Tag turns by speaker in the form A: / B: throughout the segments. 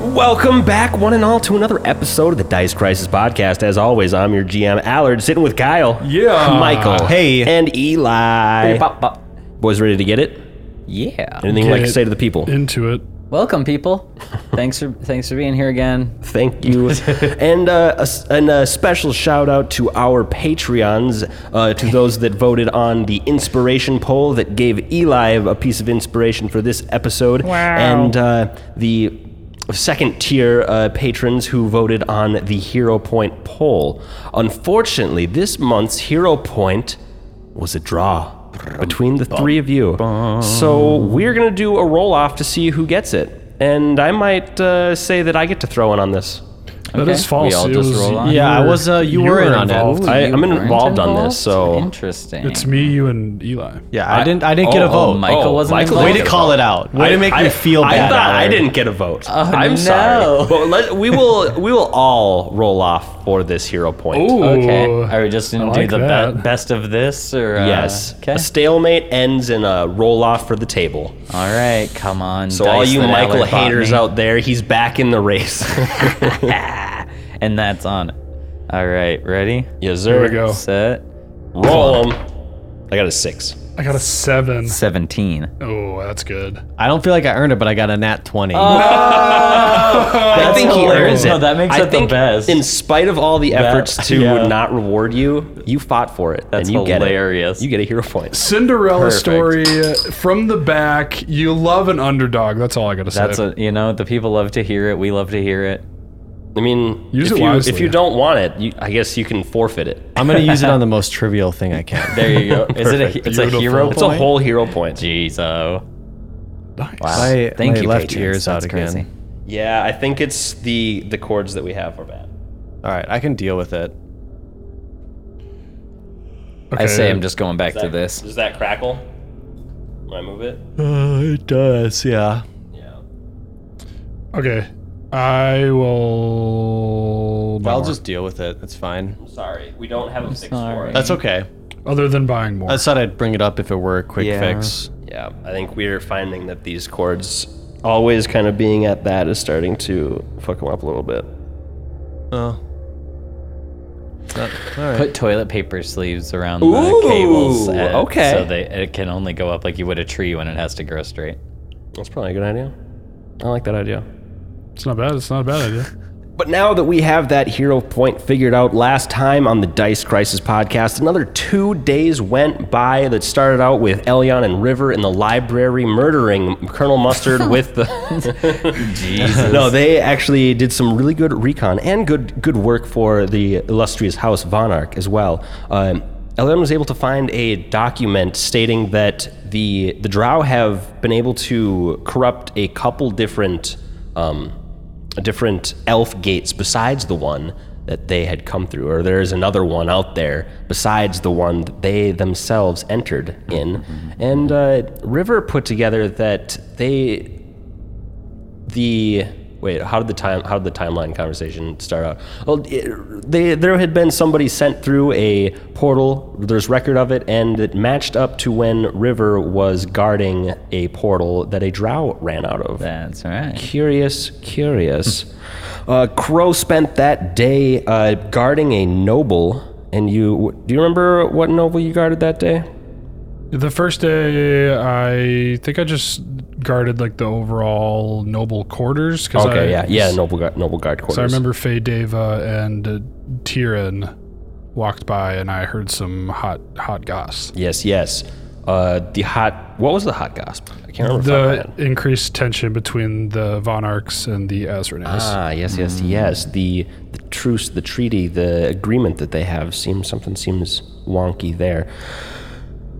A: Welcome back, one and all, to another episode of the Dice Crisis Podcast. As always, I'm your GM, Allard, sitting with Kyle,
B: Yeah.
A: Michael,
C: Hey.
A: and Eli.
C: Hey, pop, pop.
A: Boys, ready to get it?
C: Yeah.
A: Anything you'd
D: Get
A: like to
D: it.
A: say to the people?
D: into it.
C: Welcome, people. thanks for thanks for being here again.
A: Thank you, and uh, a, s- and a special shout out to our Patreons, uh, to those that voted on the inspiration poll that gave Eli a piece of inspiration for this episode, and uh, the second tier uh, patrons who voted on the Hero Point poll. Unfortunately, this month's Hero Point was a draw between the three of you. So we're gonna do a roll off to see who gets it. And I might uh, say that I get to throw in on this.
D: That is
C: Okay.
D: false.
C: We all
D: it
C: just
D: was,
C: roll on?
D: you
B: Yeah, I
D: were-
B: was, uh, you were in on it.
D: involved.
A: I-
C: You
A: I'm
C: weren't
A: involved on this, so-
C: interesting.
D: It's me, you, and Eli.
B: Yeah, I didn't. I didn't get
C: oh,
B: a vote.
C: Michael
A: Oh,
C: wasn't
A: Michael
C: involved.
B: Way to call it out. Way
A: I-
B: to make
A: I-
B: me feel
A: I
B: bad.
A: thought I
B: Howard.
A: didn't get a vote. I'm sorry.
C: no.
A: But let, we will we will all roll off for this hero point.
D: Ooh.
C: Okay. Are we just gonna
D: I
C: do
D: like
C: the be-
D: that.
C: best of this or uh,
A: Yes.
C: Okay.
A: A stalemate ends in a roll off for the table.
C: all right. Come on.
A: So
C: dice
A: all you
C: that
A: Michael
C: Allard bought
A: haters
C: me.
A: out there, he's back in the race.
C: and that's on it. All right. Ready?
A: yes, sir.
D: There we go.
C: Set.
A: Roll 'em. I got a six.
D: I got a seven.
C: Seventeen.
D: Oh, that's good.
B: I don't feel like I earned it, but I got a nat twenty.
A: I think he
C: hilarious.
A: earns it.
C: No, that makes
A: I
C: it the
A: think
C: best.
A: In spite of all the efforts to
C: yeah.
A: not reward you, you fought for it.
C: That's
A: and you
C: hilarious.
A: Get it. You get a hero point.
D: Cinderella
C: Perfect.
D: story uh, from the back. You love an underdog. That's all I gotta say.
C: That's what you know. The people love to hear it. We love to hear it.
A: I mean,
D: Use
A: if,
D: it
A: you,
D: wisely.
A: if you don't want it, you, I guess you can forfeit it.
B: I'm gonna use it on the most trivial thing I can.
C: There you go. Is it a? It's a
D: Beautiful.
C: hero.
A: It's a
C: point?
A: whole hero point.
C: Jeez, oh.
D: Nice.
B: My,
C: Thank
B: my
C: you,
B: left
C: patrons.
B: ear's out
C: That's
B: again.
C: crazy.
A: Yeah, I think it's the the chords that we have are bad.
B: All right, I can deal with it.
C: I
D: Okay.
C: say I'm just going back to
A: That-
C: this.
A: Does that crackle? When I move it?
B: it does, yeah.
A: Yeah.
D: Okay. I will. buy
B: I'll
D: more.
B: just deal with it. It's fine.
A: I'm sorry. We don't have a fix for
C: sorry.
A: it.
B: That's okay.
D: Other than buying more.
B: I thought I'd bring it up if it were a quick
C: Yeah.
B: fix.
A: Yeah, I think we're finding that these chords always kind of being at that is starting to fuck them up a little bit.
B: Oh. Not- all right.
C: Put toilet paper sleeves around
A: Ooh,
C: the cables. uh,
A: okay.
C: So they it can only go up like you would a tree when it has to grow straight.
A: That's probably a good idea. I like that idea.
D: it's not bad. It's not a bad idea.
A: But now that we have that hero point figured out last time on the Dice Crisis podcast, another two days went by that started out with Elion and River in the library murdering Colonel Mustard with the.
C: Jesus.
A: no, they actually did some really good recon and good good work for the illustrious House Vonarch as well. Um, Elion was able to find a document stating that the the Drow have been able to corrupt a couple different um, different elf gates besides the one that they had come through, or there is another one out there besides the one that they themselves entered in. And uh, River put together that they, the wait, how did the time how did the timeline conversation start out? Well, it, they there had been somebody sent through a portal. There's record of it, and it matched up to when River was guarding a portal that a drow ran out of
C: That's right.
A: curious, curious. uh, Crow spent that day uh, guarding a noble, and you do you remember what noble you guarded that day?
D: the first day, I think I just guarded like the overall noble quarters. 'cause
A: Okay,
D: I,
A: yeah, yeah, noble guard, noble guard quarters.
D: So I remember Faye Deva and uh, Tyrion walked by, and I heard some hot hot goss.
A: Yes, yes. Uh, the hot. What was the hot gossip? I can't remember. if I
D: The
A: had.
D: increased tension between the Von Arcs and the Azranes.
A: Ah, yes, yes, yes. The the truce, the treaty, the agreement that they have seems something seems wonky there.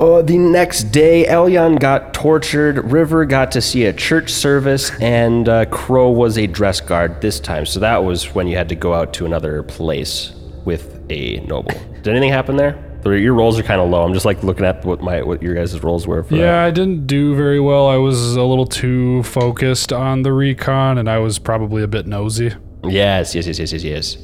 A: Uh, the next day, Elyon got tortured. River got to see a church service, and uh, Crow was a dress guard this time. So that was when you had to go out to another place with a noble. Did anything happen there? Your- Your rolls are kind of low. I'm just like looking at what my what your guys' rolls were for. uh,
D: yeah, I didn't do very well. I was a little too focused on the recon, and I was probably a bit nosy.
A: Yes, yes, yes, yes, yes, yes.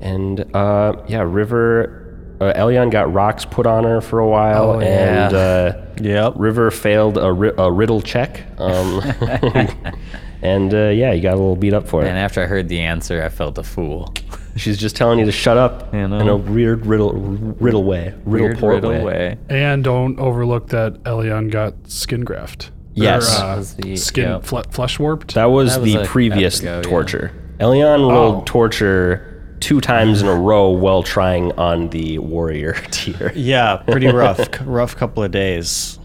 A: And uh, yeah, River, uh, Elion got rocks put on her for a while,
C: Oh,
A: and uh,
B: Yep.
A: River failed a, ri- a riddle check. Um, And uh, yeah, you got a little beat up for it.
C: And after I heard the answer, I felt a fool.
A: She's just telling you to shut up
C: You know.
A: in a weird riddle riddle way, riddle
C: Weird
A: port
C: riddle
A: way.
C: way.
D: And don't overlook that Elion got skin graft.
A: Yes.
D: Or, uh,
C: Was the-
D: skin
C: yeah.
D: fle- flesh warped.
A: That was,
C: That was
A: the
C: like
A: previous
C: epic ago, yeah.
A: torture. Elion rolled
D: Oh.
A: torture two times in a row while trying on the warrior tier.
B: Yeah, pretty rough. c- rough couple of days.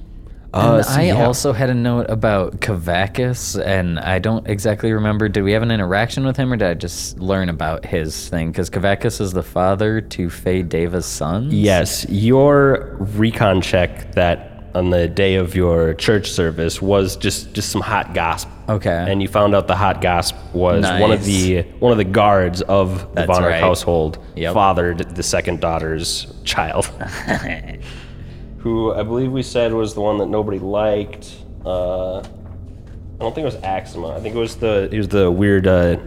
A: Uh,
C: and
A: so
C: I
A: yeah.
C: also had a note about Kavakis, and I don't exactly remember. Did we have an interaction with him, or did I just learn about his thing? Because Kavakis is the father to Faye Deva's sons.
A: Yes, your recon check that on the day of your church service was just just some hot gossip.
C: Okay.
A: And you found out the hot gossip was one of
C: Nice.
A: the one of the guards of the
C: That's
A: Bonner
C: right.
A: household
C: Yep.
A: fathered the second daughter's child. Who I believe we said was the one that nobody liked. Uh, I don't think it was Axima. I think it was the it was the weird uh,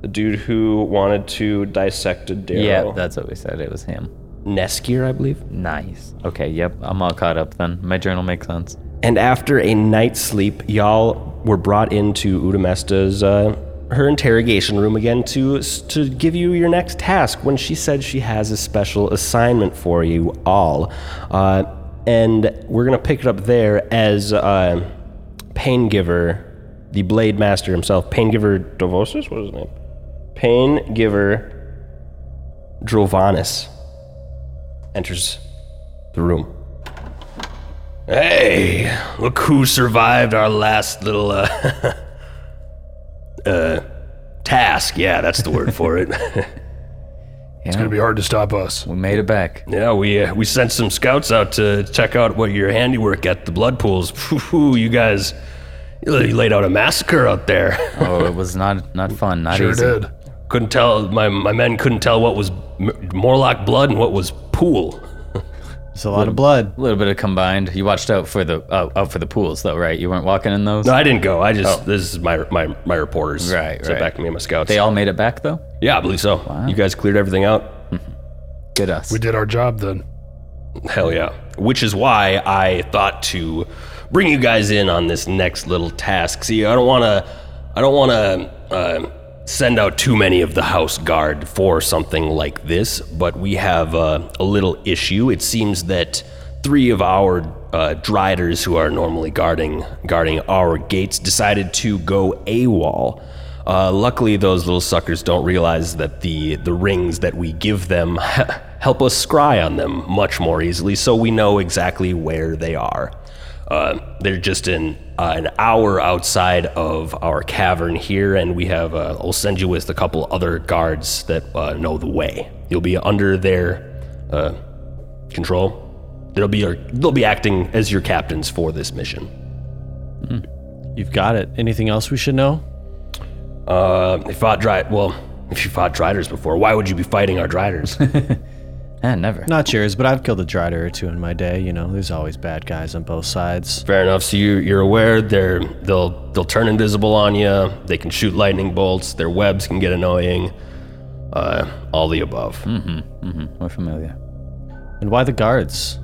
A: the dude who wanted to dissect a Darrow.
C: Yeah, that's what we said. It was him.
A: Neskir, I believe.
C: Nice. Okay. Yep. I'm all caught up then. My journal makes sense.
A: And after a night's sleep, y'all were brought into Udamesta's uh, her interrogation room again to to give you your next task. When she said she has a special assignment for you all, uh, and we're gonna pick it up there as uh, Paingiver, the Blade Master himself, Paingiver Dovosis. What is his name? Paingiver Drovanis enters the room. Hey, look who survived our last little uh, uh task. Yeah, that's the word for it.
D: It's going to be hard to stop us.
C: We made it back.
A: yeah, we uh, we sent some scouts out to check out what your handiwork at the blood pools. Phew, you guys you laid out a massacre out there.
C: Oh, it was not not fun. Not
D: Sure
C: easy.
D: did.
A: couldn't tell my my men couldn't tell what was M- Morlock blood and what was pool.
B: It's a lot of blood.
C: A little bit of combined. You watched out for the uh, out for the pools though, right? You weren't walking in those.
A: No, I didn't go. I just this is my my my reporters.
C: Oh. Right,
A: Sent
C: right.
A: back to me and my scouts.
C: They all made it back though.
A: yeah, I believe so. You guys cleared everything out.
C: Good us.
D: We did our job then.
A: Hell yeah. Which is why I thought to bring you guys in on this next little task. See, I don't want to, I don't want to uh, send out too many of the house guard for something like this, but we have uh, a little issue. It seems that three of our uh, driders who are normally guarding guarding our gates decided to go AWOL. Uh, luckily, those little suckers don't realize that the, the rings that we give them help us scry on them much more easily, so we know exactly where they are. Uh, they're just in uh, an hour outside of our cavern here, and we have. Uh, I'll send you with a couple other guards that uh, know the way. You'll be under their uh, control. They'll be your, they'll be acting as your captains for this mission.
B: You've got it. Anything else we should know?
A: Uh, they fought dry. Well, if you fought Driders before, why would you be fighting our Driders?
C: Ah, never.
B: Not yours, but I've killed a drider or two in my day. You know, there's always bad guys on both sides.
A: Fair enough. So you, you're aware they're they'll they'll turn invisible on you. They can shoot lightning bolts. Their webs can get annoying. Uh, all the above.
C: We're familiar.
B: And why the guards?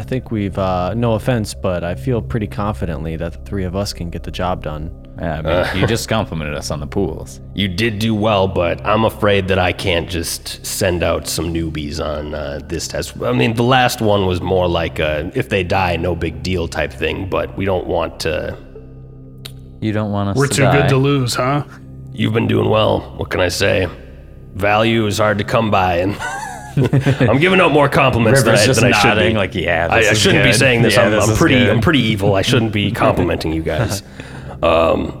B: I think we've, uh, no offense, but I feel pretty confidently that the three of us can get the job done.
C: Yeah, I mean,
D: Uh.
C: you just complimented us on the pools.
A: You did do well, but I'm afraid that I can't just send out some newbies on uh, this test. I mean, the last one was more like a if they die, no big deal type thing. But we don't want to.
C: You don't want us.
D: We're
C: to
D: too
C: die.
D: good to lose, huh?
A: You've been doing well. What can I say? Value is hard to come by, and I'm giving out more compliments than I,
C: River's just
A: than I should
C: nodding
A: be.
C: like, yeah,
A: I,
C: this
A: I
C: is
A: shouldn't be
C: good.
A: saying this.
C: Yeah,
A: I'm,
C: this
A: I'm
C: is
A: pretty.
C: good.
A: I'm pretty evil. I shouldn't be complimenting you guys. Um,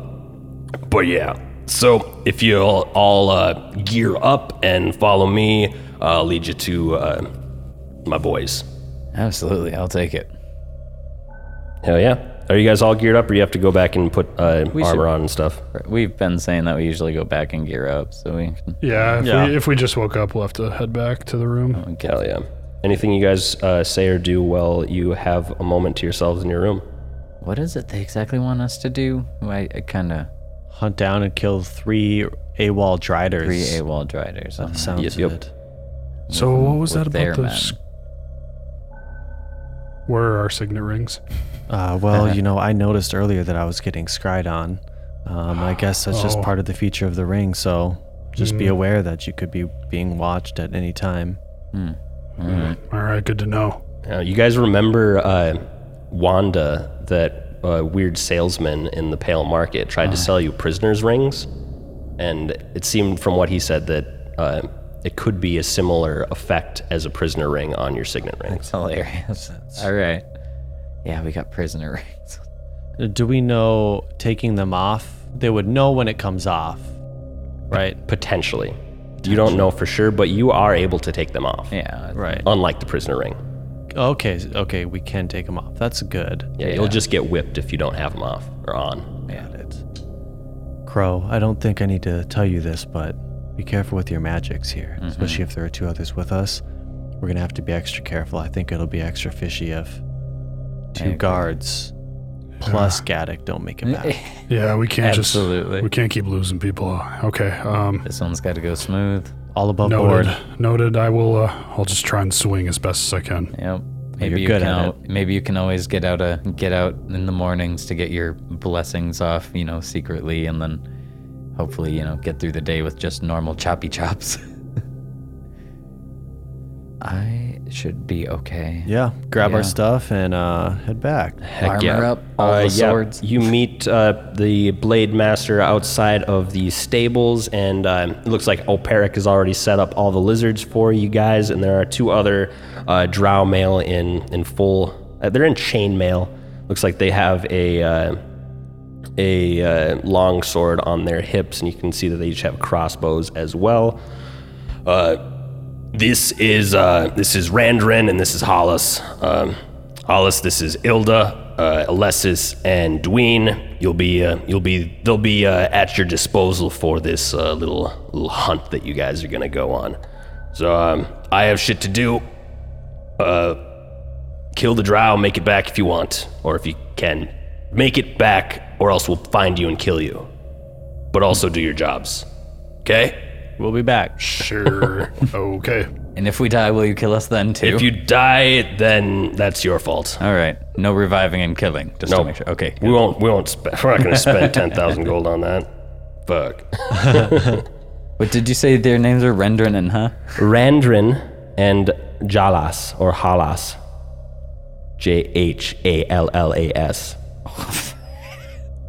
A: but yeah. So if you all, all uh, gear up and follow me, I'll lead you to uh, my boys.
C: Absolutely, I'll take it.
A: Hell yeah. Are you guys all geared up, or you have to go back and put uh, armor
C: should-
A: on and stuff?
C: We've been saying that we usually go back and gear up, so we can
D: Yeah. If,
B: Yeah.
D: We, if we just woke up, we'll have to head back to the room.
A: Hell yeah. Anything you guys uh, say or do while you have a moment to yourselves in your room?
C: What is it they exactly want us to do? I, I kind of
B: Hunt down and kill three AWOL driders.
C: three AWOL driders. on
B: Sounds
A: Yep, yep.
B: good.
D: So what was
C: with
D: that
C: their
D: about those? Where are our signet rings?
B: Uh, well, you know, I noticed earlier that I was getting scried on. Um, I guess that's just
D: Oh.
B: part of the feature of the ring. So just be aware that you could be being watched at any time.
D: All right, good to know.
A: Now, Uh, you guys remember uh, Wanda, that uh, weird salesman in the Pale Market, tried to sell you prisoners' rings, and it seemed, from what he said, that uh, it could be a similar effect as a prisoner ring on your signet ring.
C: It's hilarious. All right. Yeah, we got prisoner rings.
B: Do we know taking them off? They would know when it comes off, right?
A: Potentially, you don't know for sure, but you are able to take them off,
C: Yeah.
B: Right.
A: unlike the prisoner ring.
B: Okay. s- Okay. We can take them off. That's good.
A: Yeah, you'll just get whipped if you don't have them off or on.
B: Got it. Crow, I don't think I need to tell you this, but be careful with your magics here,
C: Mm-hmm.
B: especially if there are two others with us. We're gonna have to be extra careful. I think it'll be extra fishy if two
C: agree.
B: guards plus Gaddick don't make it back.
D: Yeah, we can't
C: Absolutely.
D: just we can't keep losing people. Okay. Um,
C: This one's got to go smooth.
B: All above
D: noted.
B: board.
D: Noted. I will. Uh, I'll just try and swing as best as I can.
C: Yep. Maybe
B: you're
C: you
B: good
C: can.
B: at
C: al- Maybe you can always get out a get out in the mornings to get your blessings off, you know, secretly, and then hopefully, you know, get through the day with just normal choppy chops. I should be okay.
B: Yeah. Grab
C: Yeah.
B: our stuff and uh, head back.
C: Heck Armor
A: yeah.
C: up, all
A: Uh,
C: the
A: yeah,
C: swords.
A: You meet uh, the blade master outside of the stables, and um, it looks like Operic has already set up all the lizards for you guys. And there are two other uh, drow male in in full. Uh, they're in chainmail. Looks like they have a uh, a uh, long sword on their hips, and you can see that they each have crossbows as well. This is uh, this is Randren and this is Hollis. Um, Hollis, this is Ilda, uh, Alessis, and Dween. You'll be uh, you'll be they'll be uh, at your disposal for this uh, little little hunt that you guys are gonna go on. So um, I have shit to do. Uh, kill the drow, make it back if you want, or if you can, make it back, or else we'll find you and kill you. But also do your jobs, okay?
B: We'll be back.
D: Sure. okay.
C: And if we die, will you kill us then too?
A: If you die, then that's your fault.
C: all right, no reviving and killing, just to
A: Nope.
C: make sure. Okay.
A: We won't. We won't. Spe- we're not going to spend ten thousand gold on that. Fuck.
C: But did you say their names are Rendrin and huh?
A: Randrin and Jalas or Halas. J H A L L A S.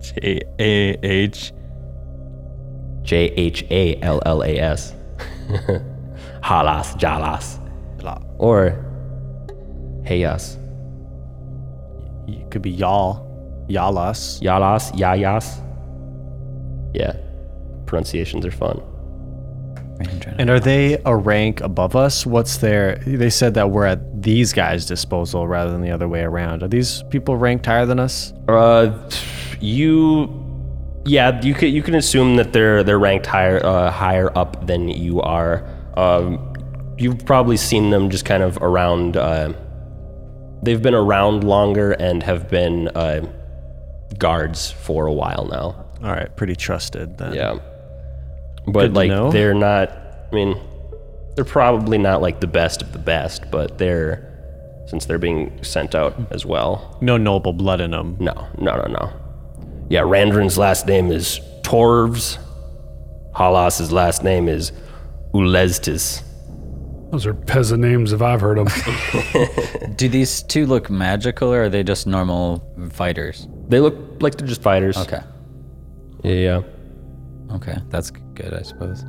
C: J A H.
A: J H A L L A S. Halas, Jalas, or Heyas,
B: It could be y'all. Y'all us.
A: Yalas, Yayas. Yeah, pronunciations are fun.
C: Rendrin.
B: And are they a rank above us? What's their? They said that we're at these guys' disposal rather than the other way around. Are these people ranked higher than us?
A: Uh, you, yeah, you can you can assume that they're they're ranked higher uh, higher up than you are. Um, you've probably seen them just kind of around. Uh, they've been around longer and have been uh, guards for a while now.
B: All right, pretty trusted then.
A: Yeah,
B: Good
A: but
B: to
A: like
B: know.
A: they're not. I mean, they're probably not like the best of the best, but they're since they're being sent out as well.
B: No noble blood in them.
A: No, no, no, no. Yeah, Randrin's last name is Torvs. Halas's last name is Ulestis.
D: Those are peasant names if I've heard them.
C: Do these two look magical, or are they just normal fighters?
A: They look like they're just fighters.
C: Okay.
A: Yeah.
C: Okay, that's good, I suppose.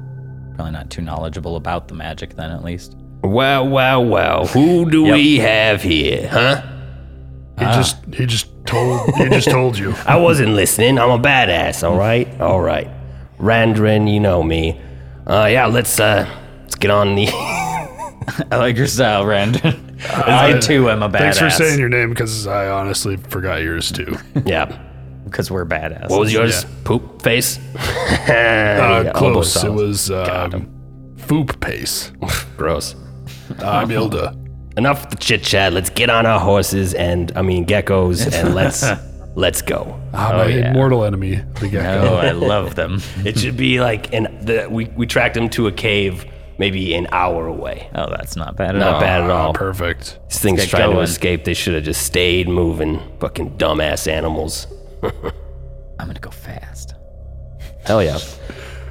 C: Probably not too knowledgeable about the magic then, at least.
A: Wow, wow, wow. Who do we have here, huh?
D: He just he just told he just told you.
A: I wasn't listening. I'm a badass, all right? All right. Randrin, you know me. Uh, yeah, let's, uh, let's get on the...
C: I like your style, Rand. I too am a badass.
D: Thanks for saying your name because I honestly forgot yours too.
A: yeah.
C: Because we're badass.
A: What was yours? Poop face?
D: Uh,
A: elbow
D: close. It
A: sounds.
D: was um, Foop Pace.
A: Gross.
D: I'm Ilda.
A: enough with the chit chat. Let's get on our horses and I mean geckos and let's let's go.
D: Ah, my mortal enemy, the gecko.
C: Oh, I love them.
A: It should be like an the, we we tracked him to a cave maybe an hour away.
C: Oh, that's not bad at
A: Not
C: all.
A: bad at all.
D: Ah, Perfect.
A: These things
C: get
A: trying to
C: going.
A: escape. They should have just stayed moving. Fucking dumbass animals.
C: I'm gonna go fast.
A: Hell yeah.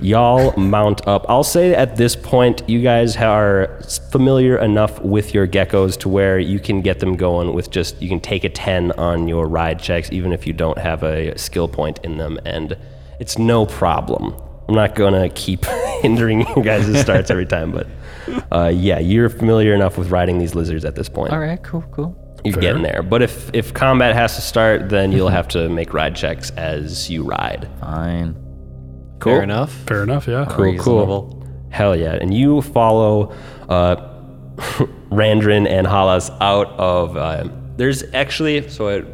A: Y'all mount up. I'll say at this point, you guys are s- familiar enough with your geckos to where you can get them going with just, you can take a 10 on your ride checks, even if you don't have a skill point in them, and it's no problem. I'm not going to keep hindering you guys' starts every time, but uh, yeah, you're familiar enough with riding these lizards at this point.
C: All right, cool, cool.
A: You're getting there. But if, if combat has to start, then you'll have to make ride checks as you ride.
C: Fine.
A: Cool.
B: Fair enough.
D: Fair enough, yeah.
A: Cool, cool.
B: Reasonable.
A: Hell yeah. And you follow uh, Randrin and Halas out of. Uh, there's actually. So it,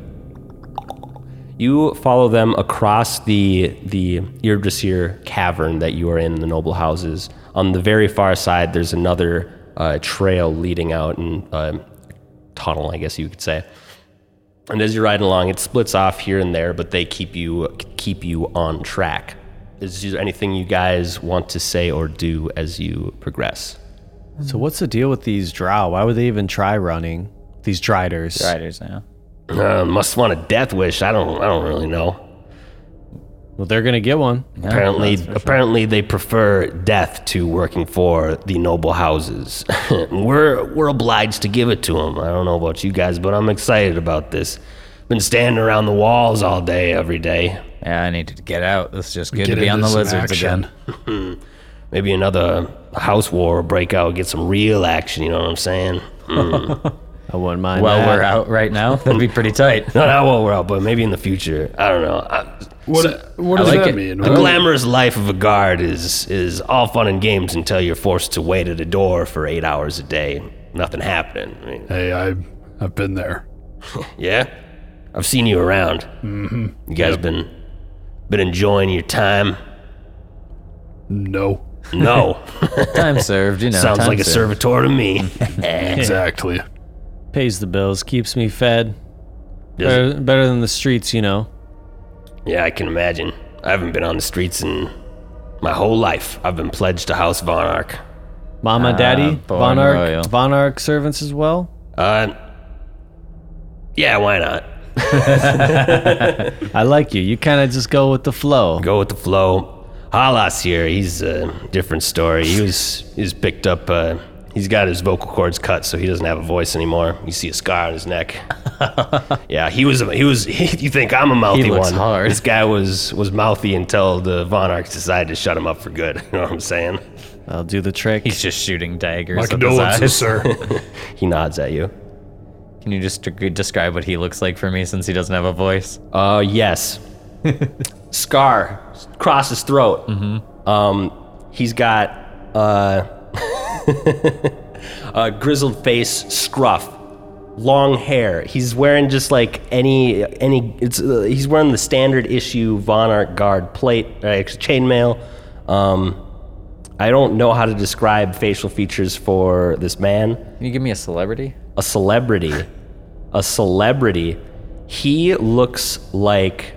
A: you follow them across the the Irdrasir cavern that you are in, the noble houses. On the very far side, there's another uh, trail leading out and uh, tunnel, I guess you could say. And as you're riding along, it splits off here and there, but they keep you keep you on track. Is there anything you guys want to say or do as you progress?
B: So what's the deal with these drow? Why would they even try running? These driders.
C: Riders now.
A: Uh, must want a death wish. I don't. I don't really know.
B: Well, they're gonna get one.
A: apparently, apparently they prefer death to working for the noble houses. we're we're obliged to give it to them. I don't know about you guys, but I'm excited about this. Been standing around the walls all day, every day.
C: Yeah, I needed to get out. This is just good
D: Get
C: to be on the
D: into some
C: lizards
D: action.
C: again.
A: Maybe another house war will break out, get some real action. You know what I'm saying?
B: I wouldn't mind.
C: While
B: that.
C: we're out right now, that'd be pretty tight.
A: Not out while we're out, but maybe in the future. I don't know. I,
D: What, what
C: I
D: does
C: like
D: that
C: it.
D: mean?
A: the glamorous life of a guard is is all fun and games until you're forced to wait at a door for eight hours a day. Nothing happening. I mean,
D: Hey, I, I've been there.
A: yeah, I've seen you around. Mm-hmm. You guys been been enjoying your time?
D: No.
A: No,
C: Time served, you know.
A: sounds
C: time
A: like a
C: served.
A: servitor to me. Does
D: Exactly.
B: Pays the bills, keeps me fed.
A: it-
B: Better, better than the streets, you know.
A: Yeah, I can imagine. I haven't been on the streets in my whole life. I've been pledged to House Vonarch.
B: Mama,
C: Ah,
B: daddy,
C: born
B: Von Ark,
C: royal.
B: Von Ark servants as well.
A: Uh, yeah, why not?
B: I like you. You kind of just go with the flow.
A: Go with the flow. Halas here, he's a different story. He was he's picked up. Uh, he's got his vocal cords cut, so he doesn't have a voice anymore. You see a scar on his neck. yeah, he was he was. you think I'm a mouthy
C: looks
A: one?
C: hard.
A: This guy was was mouthy until the Vonarchs decided to shut him up for good. You know what I'm saying?
B: I'll do the trick.
C: He's just shooting daggers.
D: My
C: up his
D: condolences,
C: eyes.
D: sir.
A: He nods at you.
C: Can you just de- describe what he looks like for me since he doesn't have a voice?
A: Uh, yes. Scar across his throat. Mm-hmm. Um, he's got uh, a grizzled face, scruff, long hair. He's wearing just like any any. It's uh, he's wearing the standard issue Von Art guard plate, uh, chainmail. Um, I don't know how to describe facial features for this man
C: Can you give me a celebrity?
A: a celebrity, a celebrity. He looks like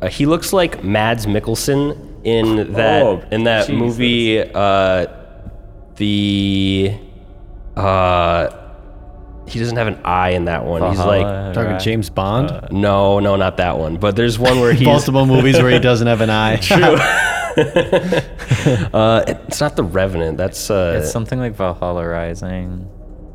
A: uh, he looks like Mads Mikkelsen in that
C: Oh,
A: in that
C: Jesus.
A: movie. Uh, the uh, he doesn't have an eye in that one. He's like
C: Valhalla,
B: Talking
C: right.
B: James Bond.
A: no, no, not that one. But there's one where Uh, he's
B: Multiple movies where he doesn't have an eye.
A: uh, it's not the Revenant. That's uh,
C: It's something like Valhalla Rising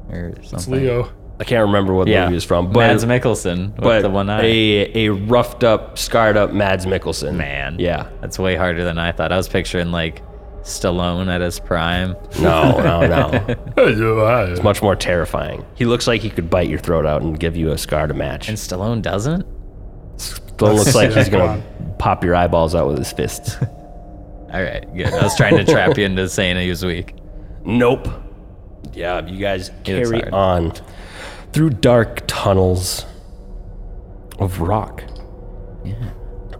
C: or something.
D: It's Leo.
A: I can't remember what
C: Yeah.
A: movie it's from. But
C: Mads Mikkelsen with
A: but
C: the one eye.
A: a a roughed up, scarred up Mads Mikkelsen.
C: Man.
A: yeah.
C: That's way harder than I thought. I was picturing like Stallone at his prime.
A: No, no, no.
D: Hey, you, hi.
A: Much more terrifying. He looks like he could bite your throat out and give you a scar to match.
C: And Stallone doesn't?
A: Stone looks like he's
D: Come
A: gonna pop your eyeballs out with his fists.
C: All right, good. I was trying to trap you into saying he was weak.
A: Nope. Yeah, you guys
C: it's
A: carry
C: hard.
A: on through dark tunnels of rock.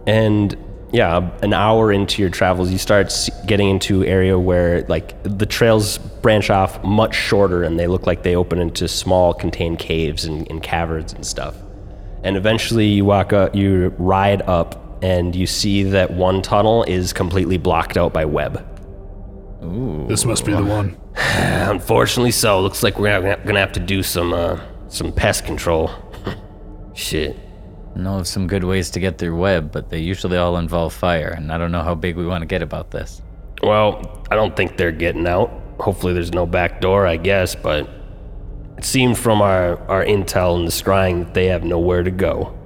A: And yeah, an hour into your travels, you start s- getting into area where like the trails branch off much shorter, and they look like they open into small contained caves and, and caverns and stuff. And eventually, you walk up, you ride up, and you see that one tunnel is completely blocked out by web.
D: This must be the one.
A: Unfortunately, so. Looks like we're gonna gonna have to do some uh, some pest control. Shit.
C: know of some good ways to get through web, but they usually all involve fire, and I don't know how big we want to get about this.
A: Well, I don't think they're getting out. Hopefully, there's no back door, I guess, but it seemed from our, our intel and the scrying that they have nowhere to go.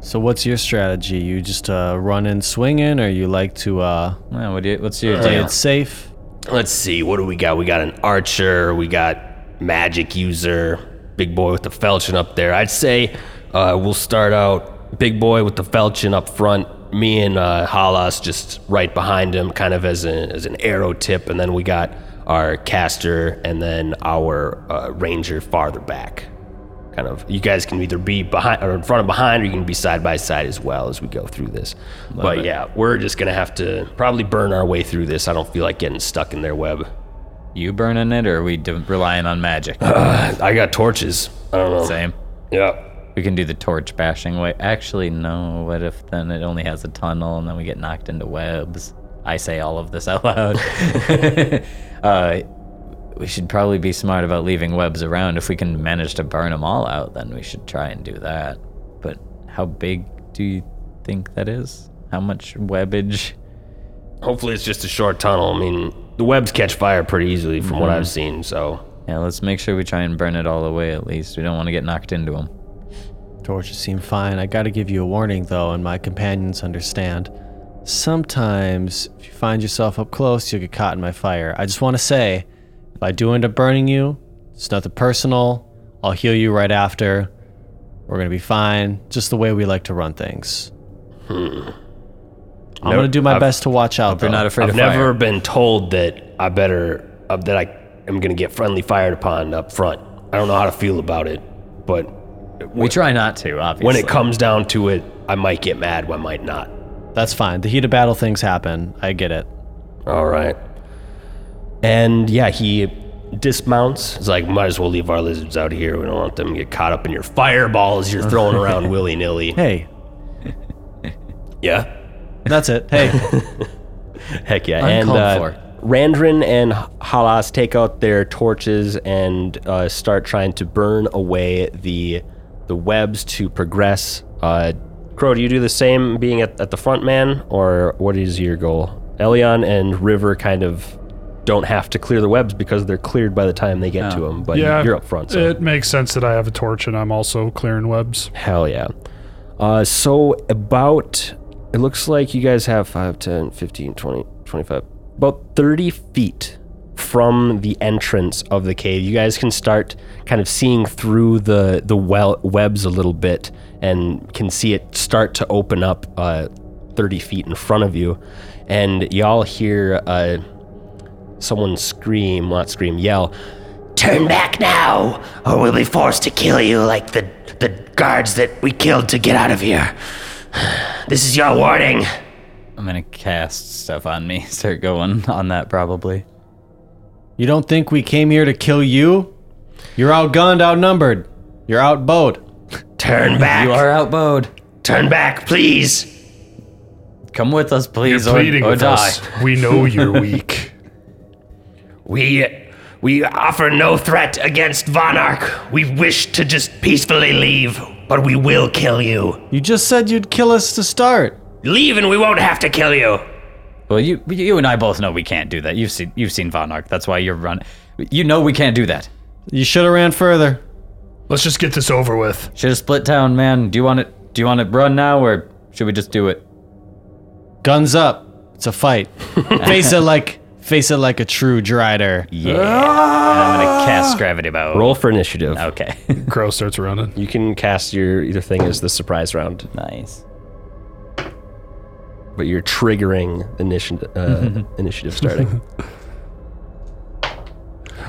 B: So what's your strategy? You just uh, run in swinging, or you like to uh,
C: Well, what do you, what's
D: Uh,
C: your
B: play
C: deal?
B: it safe?
A: Let's see, what do we got? We got an archer, we got magic user, big boy with the falchion up there. I'd say uh, we'll start out big boy with the falchion up front, me and uh, Halas just right behind him, kind of as, a, as an arrow tip, and then we got our caster and then our uh, ranger farther back. Kind of, you guys can either be behind or in front of behind, or you can be side by side as well as we go through this. but
C: it.
A: yeah, we're just gonna have to probably burn our way through this. I don't feel like getting stuck in their web.
C: You burning it, or are we d- relying on magic?
A: I got torches. I don't know.
C: Same.
A: Yeah.
C: We can do the torch bashing way. Actually, no. What if then it only has a tunnel and then we get knocked into webs? I say all of this out loud. uh, we should probably be smart about leaving webs around. If we can manage to burn them all out, then we should try and do that. But how big do you think that is? How much webbage?
A: Hopefully it's just a short tunnel. I mean, the webs catch fire pretty easily from
C: Mm-hmm.
A: what I've seen, so
C: Yeah, let's make sure we try and burn it all away at least. We don't want to get knocked into them.
B: Torches seem fine. I gotta give you a warning though, and my companions understand. Sometimes, if you find yourself up close, you'll get caught in my fire. I just want to say, if I do end up burning you, it's nothing personal. I'll heal you right after. We're gonna be fine. Just the way we like to run things. I'm
C: Hmm.
A: Nope,
B: gonna do my
A: I've-
B: best to watch out.
C: We're
B: though.
C: not afraid
A: I've
C: of fire.
A: never been told that I better uh, that I am going to get friendly fired upon up front. I don't know how to feel about it, but
C: We try not to, obviously.
A: when it comes down to it, I might get mad, I might not.
B: That's fine. The heat of battle things happen. I get it.
A: All right. And yeah, he dismounts. He's like, might as well leave our lizards out here. We don't want them to get caught up in your fireballs you're throwing around willy nilly.
B: Hey,
A: Yeah.
B: that's it. Hey,
A: Heck yeah.
C: Uncalled
A: and
C: for.
A: uh, Randrin and Halas take out their torches and uh, start trying to burn away the the webs to progress. Uh, Crow, do you do the same being at, at the front man, or what is your goal? Elion and River kind of don't have to clear the webs because they're cleared by the time they get to 'em, to them, but
D: Yeah,
A: you're up front. So.
D: It makes sense that I have a torch and I'm also clearing webs.
A: Hell yeah. Uh, so about, it looks like you guys have 5, 10, 15, 20, 25, about 30 feet from the entrance of the cave. You guys can start kind of seeing through the, the well, webs a little bit and can see it start to open up uh, 30 feet in front of you. And y'all hear uh, someone scream, not scream, yell,
E: Turn back now, Oh, or we'll be forced to kill you like the, the guards that we killed to get out of here. This is your warning.
C: I'm gonna cast stuff on me. Start going on that probably.
B: you don't think we came here to kill you? You're outgunned, outnumbered. You're outbowed.
E: Turn back.
C: You are outbowed.
E: Turn back, please.
C: Come with us, please, or,
D: Pleading
C: or
D: with
C: die.
D: us. We know you're weak.
E: We we offer no threat against Vonarch. We wish to just peacefully leave, but we will kill you.
B: You just said you'd kill us to start.
E: Leave and we won't have to kill you.
C: Well, you, you and I both know we can't do that. You've seen, you've seen Von Ark. That's why you're running. You know we can't do that.
B: You should have ran further.
D: Let's just get this over with.
C: Should have split town, man. Do you want it? Do you want it run now, or should we just do it?
B: Guns up. It's a fight. face it like face it like a true drider.
C: Yeah. And I'm gonna
D: Ah!
C: cast gravity bow.
A: roll for initiative.
C: Okay.
D: Crow starts running.
A: You can cast your either thing as the surprise round,
C: nice.
A: but you're triggering the initi- uh, initiative starting.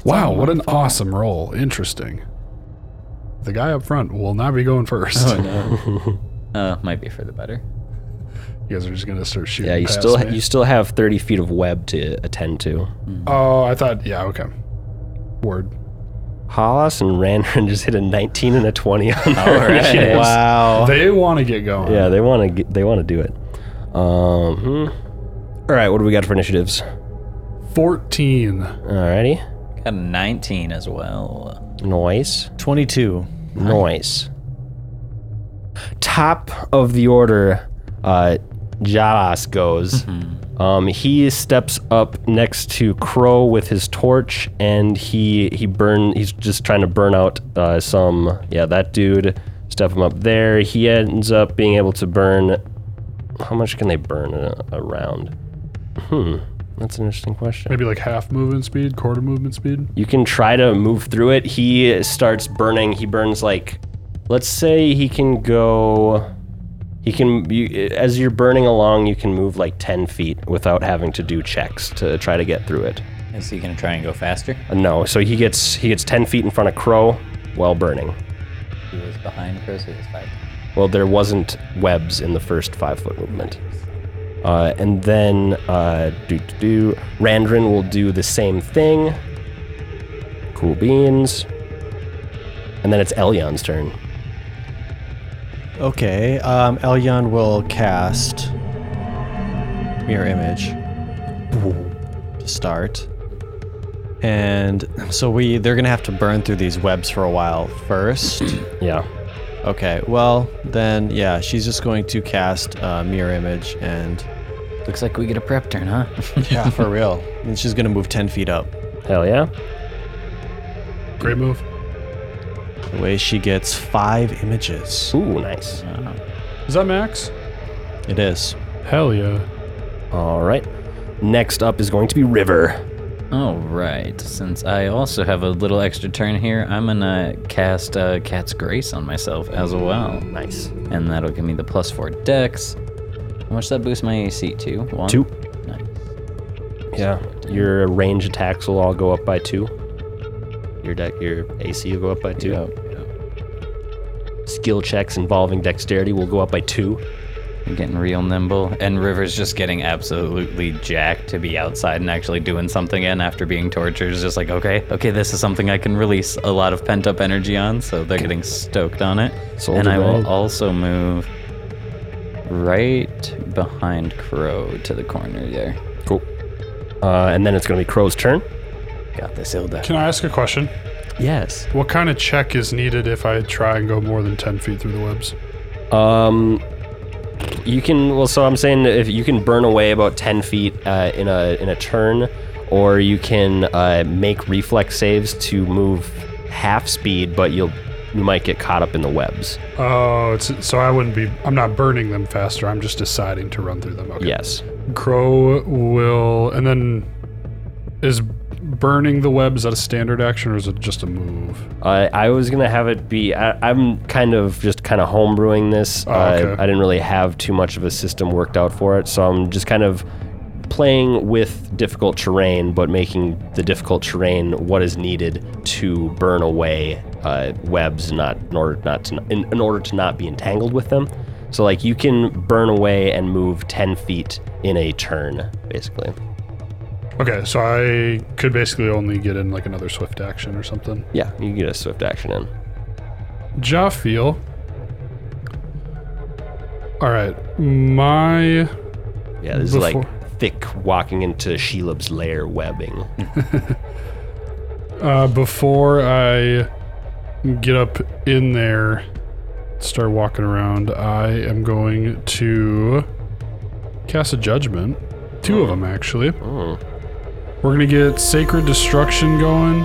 D: Wow, what an awesome roll. Interesting. The guy up front will not be going first.
A: Oh,
C: Uh, might be for the better.
D: You guys are just gonna start shooting.
A: Yeah, you
D: past
A: still
D: me.
A: you still have 30 feet of web to attend to.
D: Oh, I thought. Yeah, okay. Word.
A: Haas and Randrin just hit a 19 and a 20 on their initiatives.
B: Wow.
D: They want to get going.
A: Oh. Yeah, they want to they want to do it. Um, hmm. All right, what do we got for initiatives?
D: Fourteen.
A: Alrighty,
C: Got a 19 as well.
A: noise,
B: Twenty-two.
A: noise. top of the order, uh, Jaras goes. Um, he steps up next to Crow with his torch, and he he burn. He's just trying to burn out uh, some. Yeah, that dude. Step him up there. He ends up being able to burn. How much can they burn in a, a round? Hmm, that's an interesting question.
D: Maybe like half movement speed, quarter movement speed.
A: You can try to move through it. He starts burning. He burns like, let's say he can go. He can, you, as you're burning along, you can move like 10 feet without having to do checks to try to get through it.
C: Is he gonna try and go faster?
A: Uh, No, so he gets he gets 10 feet in front of Crow while burning.
C: He was behind Chris. He was five.
A: Well, there wasn't webs in the first five foot movement. Uh, and then uh, do do do. Randrin will do the same thing. Cool beans. And then it's Elyon's turn.
B: Okay, um, Elyon will cast Mirror Image to start. And so we they're gonna have to burn through these webs for a while first.
A: Yeah.
B: okay, well then yeah, she's just going to cast uh, Mirror Image and
C: Looks like we get a prep turn, huh?
B: yeah, for real. And she's gonna move ten feet up.
A: Hell yeah.
D: Great move.
B: The way she gets five images.
A: Ooh, nice.
D: Is that max?
B: It is.
D: Hell yeah.
A: All right. Next up is going to be River.
C: All right. Since I also have a little extra turn here, I'm gonna cast uh, Cat's Grace on myself as well,
A: Nice.
C: and that'll give me the plus four Dex. How much that boost my AC to? One.
A: Two.
C: Nice.
A: Yeah. Your range attacks will all go up by two. Your deck, your AC will go up by two.
C: Yep,
A: Skill checks involving dexterity will go up by two.
C: I'm getting real nimble, and River's just getting absolutely jacked to be outside and actually doing something. And after being tortured, is just like, okay, okay, this is something I can release a lot of pent up energy on. So they're getting stoked on it.
A: Soldier
C: and I will
A: man.
C: also move right behind Crow to the corner there.
A: Cool. Uh, and then it's going to be Crow's turn.
C: Got this, Ilda.
D: Can I ask a question?
A: Yes.
D: What kind of check is needed if I try and go more than 10 feet through the webs?
A: Um, you can. Well, so I'm saying if you can burn away about ten feet uh, in a in a turn, or you can uh, make reflex saves to move half speed, but you'll you might get caught up in the webs.
D: Oh, it's, so I wouldn't be. I'm not burning them faster. I'm just deciding to run through them. Okay.
A: Yes.
D: Crow will, and then is burning the webs that a standard action or is it just a move?
A: Uh, I was gonna have it be. I, I'm kind of just kind of homebrewing this. uh,
D: okay.
A: I didn't really have too much of a system worked out for it, so I'm just kind of playing with difficult terrain, but making the difficult terrain what is needed to burn away uh, webs, not in order not to in, in order to not be entangled with them. So like you can burn away and move ten feet in a turn, basically.
D: Okay, so I could basically only get in like another swift action or something.
A: Yeah, you can get a swift action in.
D: Jaffiel. All right, my
A: Yeah, this is
D: Before-
A: like thick walking into Shelob lair webbing.
D: Uh, before I get up in there, start walking around, I am going to cast a judgment. Two of them, actually. We're going to get Sacred Destruction going.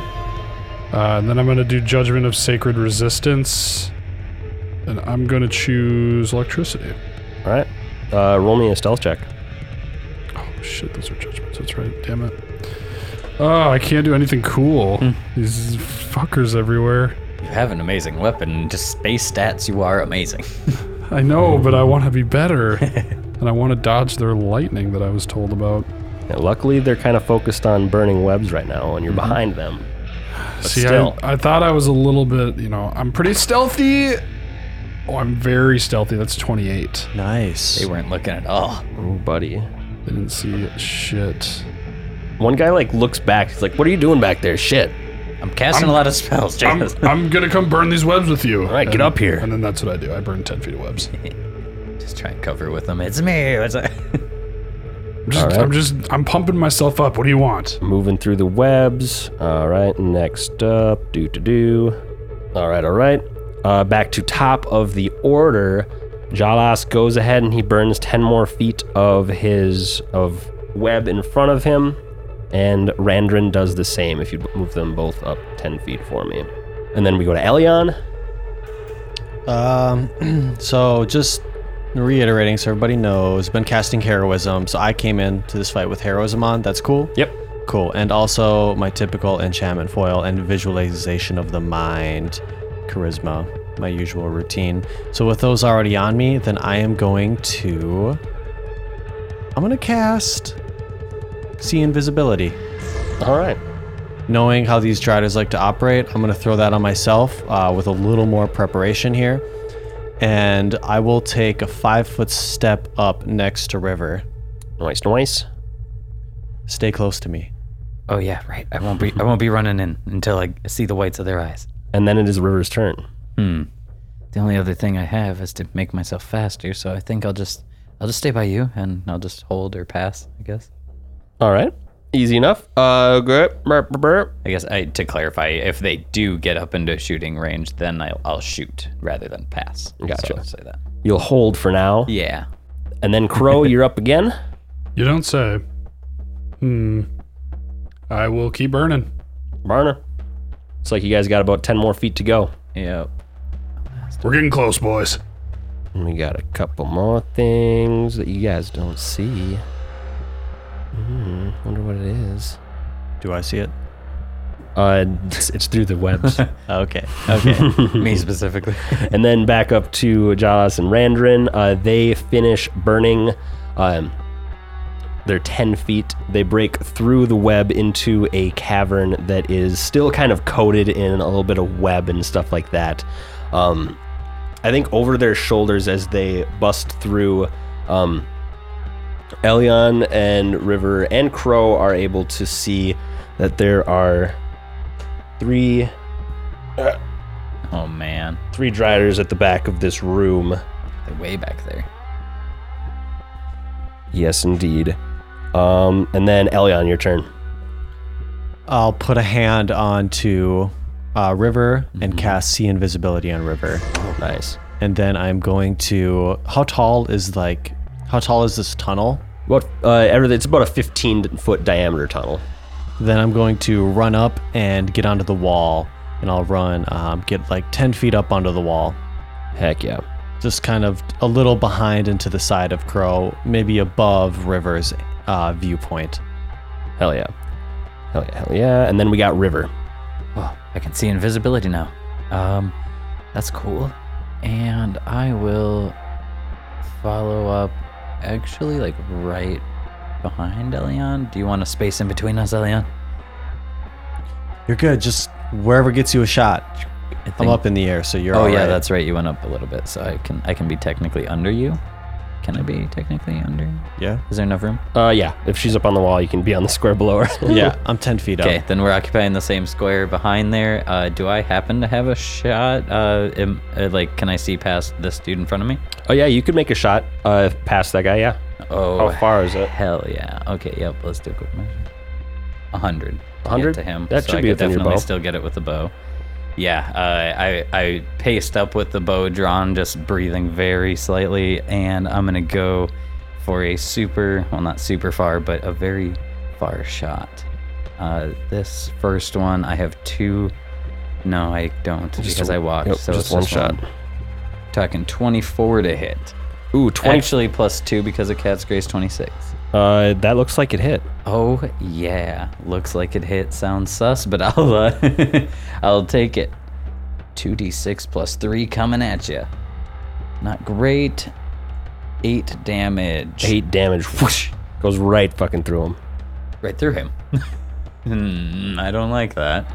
D: Uh, and then I'm going to do Judgment of Sacred Resistance. And I'm going to choose Electricity.
A: All right. Uh, roll me a stealth check.
D: Oh, shit, those are judgments. That's right. Damn it. Oh, I can't do anything cool. These fuckers everywhere.
C: You have an amazing weapon. Just space stats, you are amazing.
D: I
A: Mm.
D: know, but I want to be better. and I want to dodge their lightning that I was told about.
A: Now, luckily, they're kind of focused on burning webs right now, and you're behind them.
D: See,
A: still.
D: I, I thought I was a little bit, you know, I'm pretty stealthy. Oh, I'm very stealthy. That's 28.
B: Nice.
C: They weren't looking at all.
A: Oh, buddy.
D: They didn't see shit.
A: One guy like looks back. He's like, "What are you doing back there? Shit!
C: I'm casting a lot of spells,
D: I'm,
C: James.
D: I'm going to come burn these webs with you. All
A: right, get up here.
D: And then that's what I do. I burn 10 feet of webs.
C: Just try and cover with them. It's me. It's
D: I'm just,
A: All right.
D: I'm just, I'm pumping myself up. What do you want?
A: Moving through the webs. All right. Next up, do to do. All right. All right. uh, back to top of the order. Jalas goes ahead and he burns 10 more feet of his of web in front of him. And Randrin does the same if you move them both up 10 feet for me. And then we go to Elion.
B: Um, so just reiterating, so everybody knows, been casting heroism. So I came into this fight with heroism on. That's cool.
A: Yep.
B: Cool. And also my typical enchantment foil and visualization of the mind, charisma, my usual routine. So with those already on me, then I am going to. I'm gonna cast. See invisibility
A: All right.
B: knowing how these Dridas like to operate, I'm going to throw that on myself uh, with a little more preparation here. And I will take a five foot step up next to River.
A: Nice, nice.
B: Stay close to me.
C: Oh yeah, right. I won't be. I won't be running in until I see the whites of their eyes.
A: And then it is River's turn.
C: The only other thing I have is to make myself faster, so I think I'll just I'll just stay by you and I'll just hold or pass, I guess.
A: All right. Easy enough. Uh, good. Burp, burp, burp.
C: I guess I to clarify, if they do get up into shooting range, then I'll, I'll shoot rather than pass.
A: Gotcha.
C: So I'll say that.
A: You'll hold for now.
C: Yeah.
A: And then Crow, you're up again.
D: You don't say. Hmm. I will keep burning.
A: Barner. It's like you guys got about 10 more feet to go.
C: Yep.
D: We're getting close, boys.
A: And we got a couple more things that you guys don't see. Hmm, wonder what it is.
B: Do I see it?
A: Uh, it's, it's through the webs.
B: Okay.
C: Okay. Me specifically.
A: and then back up to Jalas and Randrin. Uh, they finish burning. Um, they're 10 feet. They break through the web into a cavern that is still kind of coated in a little bit of web and stuff like that. Um, I think over their shoulders as they bust through, um, Elion and River and Crow are able to see that there are three
C: Oh man,
A: three dryers at the back of this room.
C: they're way back there.
A: Yes, indeed. Um, and then Elion, your turn.
B: I'll put a hand onto uh, River
C: Mm-hmm.
B: and cast See Invisibility on River.
A: Nice.
B: And then I'm going to. How tall is like. How tall is this tunnel?
A: What? Uh, everything. It's about a 15 foot diameter tunnel.
B: Then I'm going to run up and get onto the wall. And I'll run, um, get like 10 feet up onto the wall.
A: Heck yeah.
B: just kind of a little behind and to the side of Crow, maybe above River's uh, viewpoint.
A: Hell yeah. Hell yeah. Hell yeah. And then we got River.
C: Well, I can see invisibility now. Um, that's cool. And I will follow up, actually, like right behind Elion. Do you want a space in between us, Elion?
B: You're good. Just wherever gets you a shot.
C: I
B: I'm
C: think-
B: up in the air, so you're.
C: Oh
B: all
C: yeah,
B: right.
C: that's right. You went up a little bit, so I can I can be technically under you. Can I be technically under?
B: yeah.
C: Is there enough room?
B: Oh.
A: Uh, yeah. If she's up on the wall, you can be on the square below her.
B: Yeah, I'm ten feet up.
C: Okay, then we're occupying the same square behind there. Uh, do I happen to have a shot? Uh, am, uh, like, can I see past this dude in front of me?
A: oh yeah, you could make a shot uh, past that guy. Yeah.
C: Oh,
A: How far is it?
C: Hell yeah. Okay, yep. Let's do a quick measure. A hundred. to
A: 100?
C: get to him.
A: That
C: so
A: should
C: I
A: be
C: could
A: within your
C: definitely
A: bow.
C: still get it with the bow. Yeah, uh, I I paced up with the bow drawn, just breathing very slightly, and I'm gonna go for a super well, not super far, but a very far shot. Uh, this first one, I have two. No, I don't because I walked.
A: Yep,
C: so
A: just
C: it's
A: one
C: this
A: shot.
C: Talking 24 to hit.
A: Ooh, 20.
C: Actually, plus two because of Cat's Grace 26.
A: uh, that looks like it hit.
C: Oh yeah, looks like it hit. Sounds sus, but I'll uh, I'll take it. Two d six plus three coming at you. Not great. Eight damage.
A: Eight damage. Whoosh. Goes right fucking through him.
C: right through him. Hmm, I don't like that.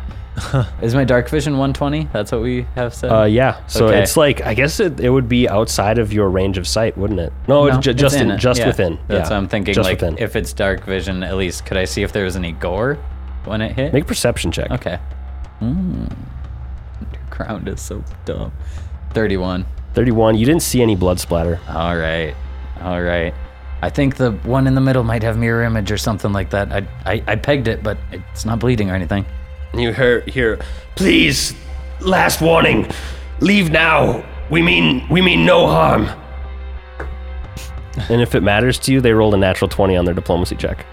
C: Is my dark vision 120? That's what we have said.
A: Uh, yeah. So
C: Okay.
A: it's like I guess it, it would be outside of your range of sight, wouldn't it? No,
C: No,
A: it's ju-
C: it's
A: just
C: in
A: in,
C: it.
A: just
C: Yeah,
A: within.
C: That's
A: yeah.
C: what I'm thinking.
A: Just
C: like,
A: within.
C: if it's dark vision, at least could I see if there was any gore when it hit?
A: Make a perception check.
C: okay. Mm. Your crown is so dumb. 31.
A: 31. You didn't see any blood splatter.
C: All right. All right. I think the one in the middle might have mirror image or something like that. I, I, I pegged it, but it's not bleeding or anything.
E: You hear, hear, please, last warning. Leave now. We mean we mean no harm.
A: And if it matters to you, they rolled a natural 20 on their diplomacy check.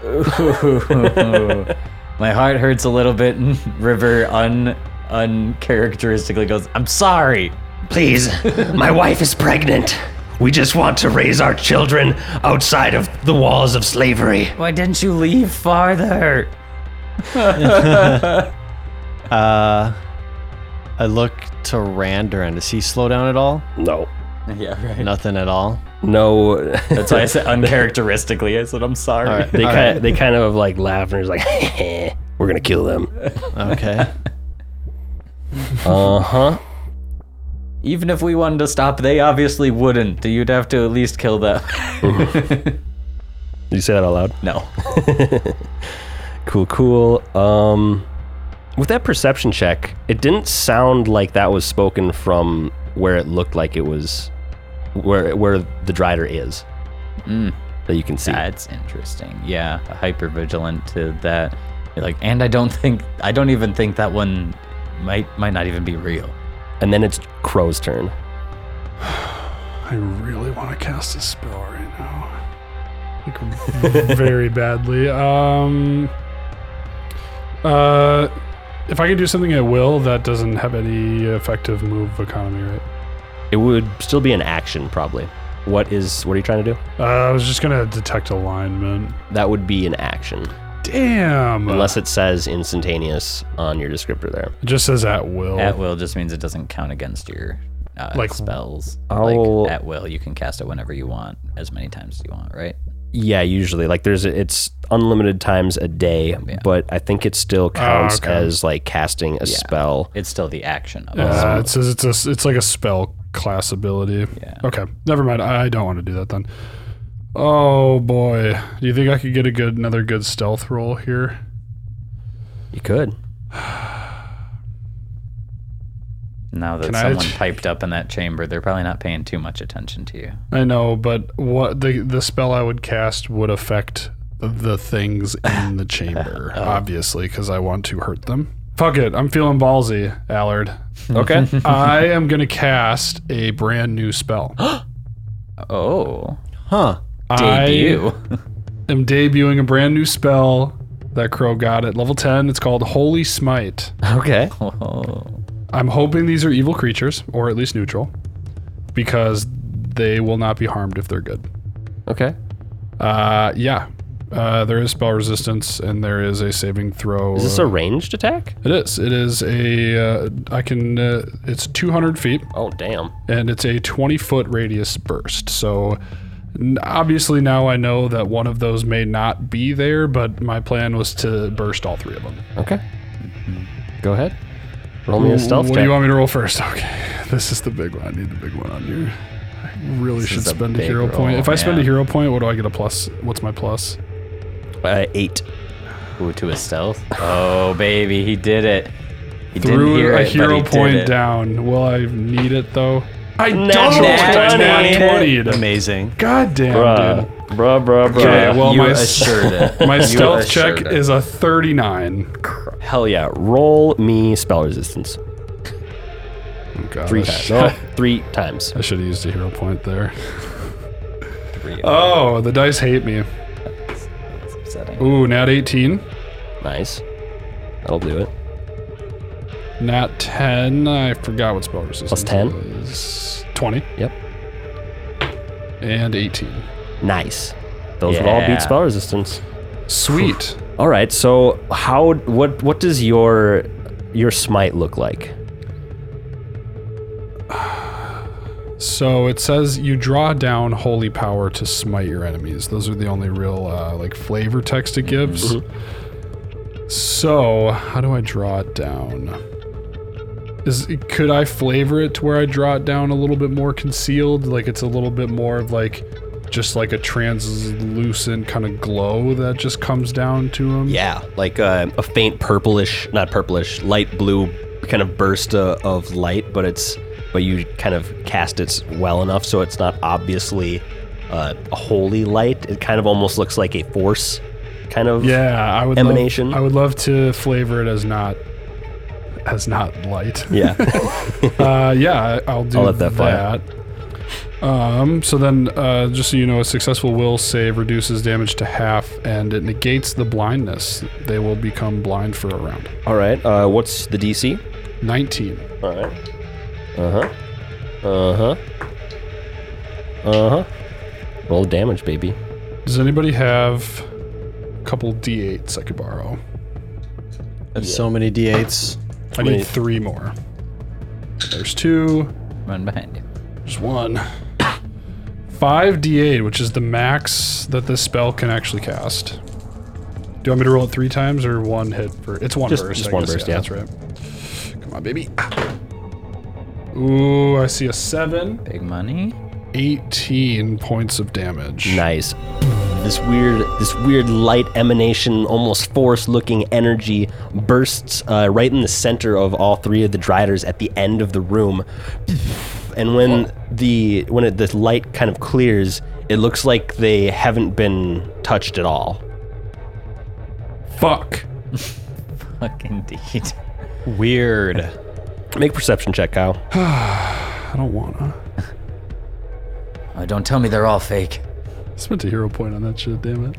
C: My heart hurts a little bit. and River un uncharacteristically goes, "I'm sorry."
E: Please, my wife is pregnant. We just want to raise our children outside of the walls of slavery.
C: Why didn't you leave farther?
B: Uh, I look to Randarin. Does he slow down at all?
A: No.
C: Yeah, right.
B: Nothing at all.
A: No.
C: That's why I said uncharacteristically. I said, "I'm sorry."
B: All right.
A: they,
B: all
A: kind of, they kind of like laugh and it's like, we're going to kill them.
B: right, Okay.
A: Uh huh.
E: Uh-huh.
C: Even if we wanted to stop, they obviously wouldn't. You'd have to at least kill them.
A: Did you say that out loud?
C: no.
A: Cool, cool. Um, with that perception check, it didn't sound like that was spoken from where it looked like it was, where where the drider is, that you can see.
C: That's interesting. Yeah, hyper vigilant to that. You're like, and I don't think I don't even think that one might might not even be real.
A: And then it's Crow's turn.
D: I really want to cast a spell right now. Like very badly. Um uh if I can do something at will, that doesn't have any effective move economy, right?
A: It would still be an action, probably. What is? What are you trying to do?
D: Uh, I was just gonna detect alignment.
A: That would be an action,
D: Damn.
A: unless it says instantaneous on your descriptor there.
D: it just says at will.
C: At will just means it doesn't count against your uh,
D: Like-
C: spells.
A: I'll-
C: Like at will, you can cast it whenever you want, as many times as you want, right?
A: Yeah, usually like there's it's unlimited times a day, but I think it still counts
D: Oh, okay.
A: as like casting a spell.
C: It's still the action of it.
D: Uh, it says it's a, it's like a spell class ability.
C: Yeah.
D: Okay, never mind. I don't want to do that then. Oh boy, do you think I could get a good another good stealth roll here?
A: You could.
C: Now that
D: Can I-
C: someone piped up in that chamber, they're probably not paying too much attention to you.
D: I know, but what the the spell I would cast would affect the things in the chamber, obviously, because I want to hurt them. Fuck it, I'm feeling ballsy, Allard.
A: Okay.
D: I am gonna cast a brand new spell.
C: Oh,
B: Huh.
D: I
C: debut.
D: am debuting a brand new spell that Crow got at level ten. It's called Holy Smite.
A: okay.
C: oh,
D: I'm hoping these are evil creatures, or at least neutral, because they will not be harmed if they're good.
A: Okay.
D: Uh, yeah. Uh, there is spell resistance, and there is a saving throw.
A: Is this a ranged attack?
D: it is. It is a. Uh, I can. Uh, it's 200 feet,
A: Oh damn.
D: and it's a 20 foot radius burst. So, n- obviously, now I know that one of those may not be there, but my plan was to burst all three of them.
A: Okay. Go ahead. Roll me a stealth
D: what
A: check.
D: do you want me to roll first? Okay, this is the big one. I need the big one on here. I really should
C: is a
D: spend a
C: big
D: hero
C: roll,
D: point. If I spend a
C: man.
D: hero point, what do I get a plus? What's my plus?
A: uh, eight.
C: Ooh, to his stealth. Oh, baby, he did it. He didn't
D: Threw
C: hear
D: a
C: it, but
D: hero
C: he
D: point
C: did it.
D: down. Will I need it though? I don't.
A: Oh,
C: nat
D: I nat
C: 20.
D: 20'd.
B: Amazing.
D: God damn,
A: Bruh.
D: dude.
A: Bruh, bruh, bruh.
D: Okay, well
C: you
D: my s-
C: assured it.
D: my
C: You
D: stealth
C: assured
D: check
C: it.
D: is a 39.
A: Hell yeah. Roll me spell resistance.
D: God,
A: Three
D: I
A: times.
D: sh-
A: No, three times.
D: I should have used a hero point there.
C: Three.
D: Oh, the dice hate me.
C: It's upsetting.
D: Ooh, nat 18,
A: Nice. That'll do it.
D: nat 10. I forgot what spell resistance
A: 10?
D: is. 20
A: Yep.
D: and 18.
A: Nice. Those would all
C: Yeah.
A: beat spell resistance.
D: Sweet.
A: All right. So how? What? What does your your smite look like?
D: So it says you draw down holy power to smite your enemies. Those are the only real uh, like flavor text it gives. So how do I draw it down? Is could I flavor it to where I draw it down a little bit more concealed? Like it's a little bit more of like just like a translucent kind of glow that just comes down to him.
A: Yeah, like uh, a, a faint purplish, not purplish, light blue kind of burst uh, of light, but it's but you kind of cast it well enough so it's not obviously uh, a holy light. It kind of almost looks like a force, kind of.
D: Yeah, I would. love-
A: Emanation.
D: I would love to flavor it as not as not light.
A: Yeah.
D: Uh, yeah, I- I'll do
A: I'll let that fly.
D: that. Um, so then, uh, just so you know, a successful will save reduces damage to half, and it negates the blindness. They will become blind for a round.
A: All right. Uh, what's the DC?
D: 19.
A: All right. Uh huh. Uh huh. Uh huh. Roll damage, baby.
D: Does anybody have a couple d8s I could borrow?
B: have so many d8s.
D: I need three more. There's two.
C: Run behind you.
D: There's one. Five d8, which is the max that this spell can actually cast. Do you want me to roll it three times or one hit for? It's one
A: Just-
D: burst.
A: just
D: I
A: one
D: guess.
A: burst,
D: That's right. Come on, baby. Ooh, I see a seven.
C: Big money.
D: 18 points of damage.
A: Nice. This weird, this weird light emanation, almost force-looking energy bursts uh, right in the center of all three of the driders at the end at the room. And when the when it, the light kind of clears, it looks like they haven't been touched at all.
D: Fuck.
C: Fucking deed.
B: Weird.
A: Make a perception check, Kyle.
D: I don't wanna.
C: Oh, don't tell me they're all fake.
D: Spent a hero point on that shit, damn it.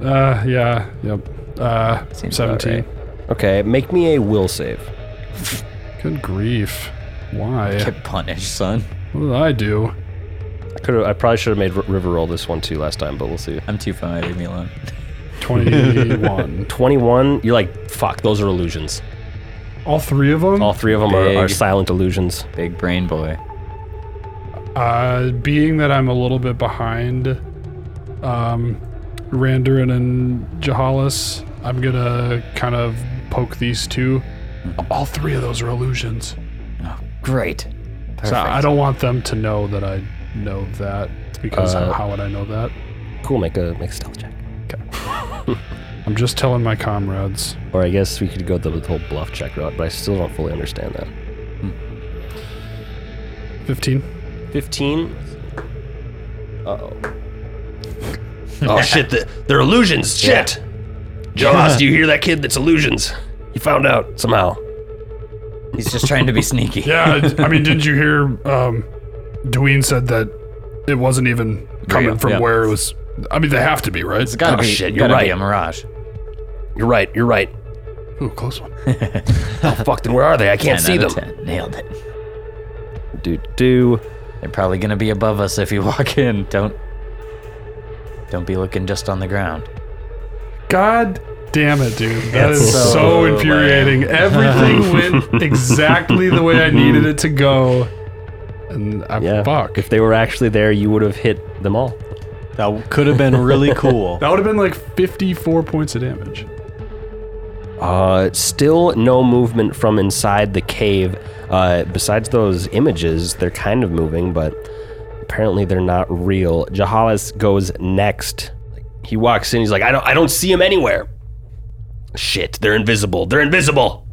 D: Uh, yeah, yep. Uh,
C: Seems about
D: 17.
A: Okay, make me a will save.
D: Good grief. Why?
C: Get punished, son.
D: What did I do?
A: I could have, I probably should have made R- River roll this one too last time, but we'll see.
C: I'm too far. Leave me alone.
D: 21.
A: 21, you're like, fuck, those are illusions.
D: All three of them?
A: All three of them are, are
C: Big.
A: silent illusions.
C: Big brain boy.
D: Uh, being that I'm a little bit behind um, Randarin and Jahalis, I'm going to kind of poke these two.
C: Mm-hmm.
D: All three of those are illusions.
C: Great.
D: So
C: Perfect.
D: I don't want them to know that I know that because
A: Uh,
D: how would I know that?
A: Cool, make a make a stealth check.
D: I'm just telling my comrades.
A: Or I guess we could go the whole bluff check route, but I still don't fully understand that.
D: 15.
A: 15. Uh-oh. oh, shit, the, they're illusions, shit! Jawas, do you hear that kid that's illusions? He found out somehow.
C: He's just trying to be sneaky.
D: Yeah, I- I mean, did you hear um, Dwayne said that it wasn't even coming
C: Real,
D: from
C: yeah.
D: where it was? I mean, they have to be, right?
C: It's gotta
A: Oh,
C: be.
A: shit, you're
C: gotta
A: right.
C: Be a mirage.
A: You're right, you're right.
D: Ooh, close one.
A: Oh, fuck, then where are they? I can't
C: 10
A: see
C: out
A: them.
C: of 10. Nailed it.
A: Do, do.
C: They're probably gonna be above us if you walk in. Don't. Don't be looking just on the ground.
D: God damn it, dude. That
C: It's
D: is so,
C: so lame.
D: infuriating. Everything went exactly the way I needed it to go. And I'm
A: Yeah.
D: fuck.
A: If they were actually there, you would have hit them all.
B: That could have been really cool.
D: That would have been like 54 points of damage.
A: Uh, still no movement from inside the cave. Uh, besides those images, they're kind of moving, but apparently they're not real. Jahalis goes next. He walks in. He's like, I don't, I don't see him anywhere. Shit, they're invisible. They're invisible.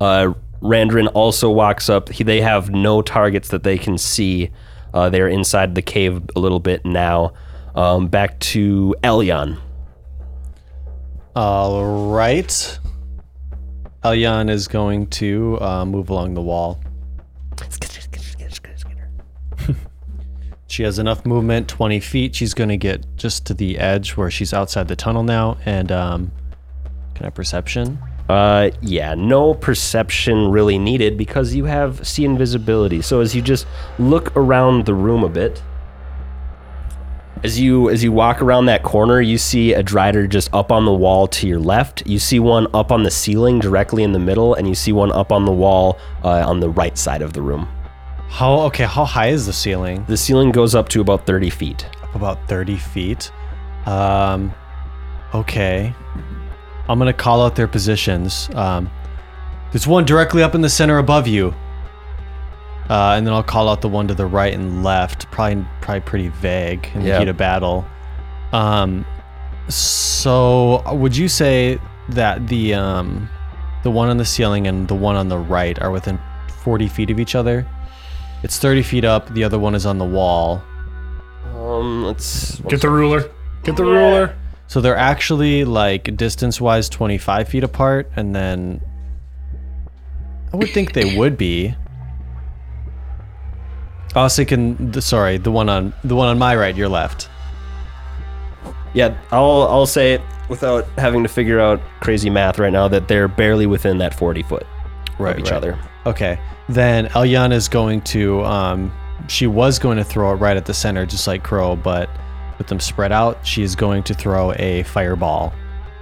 A: Uh, Randrin also walks up. He, they have no targets that they can see. Uh, they're inside the cave a little bit now. Um, back to Elyon.
B: All right. Elyon is going to uh, move along the wall. She has enough movement, 20 feet. She's going to get just to the edge where she's outside the tunnel now. And um, can I perception?
A: Uh, yeah, no perception really needed because you have see invisibility. So as you just look around the room a bit, as you as you walk around that corner, you see a drider just up on the wall to your left. You see one up on the ceiling directly in the middle, and you see one up on the wall uh, on the right side of the room.
B: How okay? How high is the ceiling?
A: The ceiling goes up to about thirty feet.
B: Up about 30 feet. Um, okay. I'm gonna call out their positions. Um, there's one directly up in the center above you. Uh, and then I'll call out the one to the right and left. Probably, probably pretty vague in
A: Yeah.
B: the heat of battle. Um, so would you say that the um, the one on the ceiling and the one on the right are within 40 feet of each other? It's 30 feet up. The other one is on the wall.
A: Um, let's
D: Get the ruler. Get the ruler.
B: So they're actually like distance wise 25 feet apart and then I would think they would be. I was thinking. The, sorry, the one on the one on my right, your left.
A: Yeah, I'll I'll say it without having to figure out crazy math right now that they're barely within that 40 foot
B: Right,
A: of each other.
B: Okay. Then Eliana is going to. Um, she was going to throw it right at the center, just like Crow, but with them spread out, she is going to throw a fireball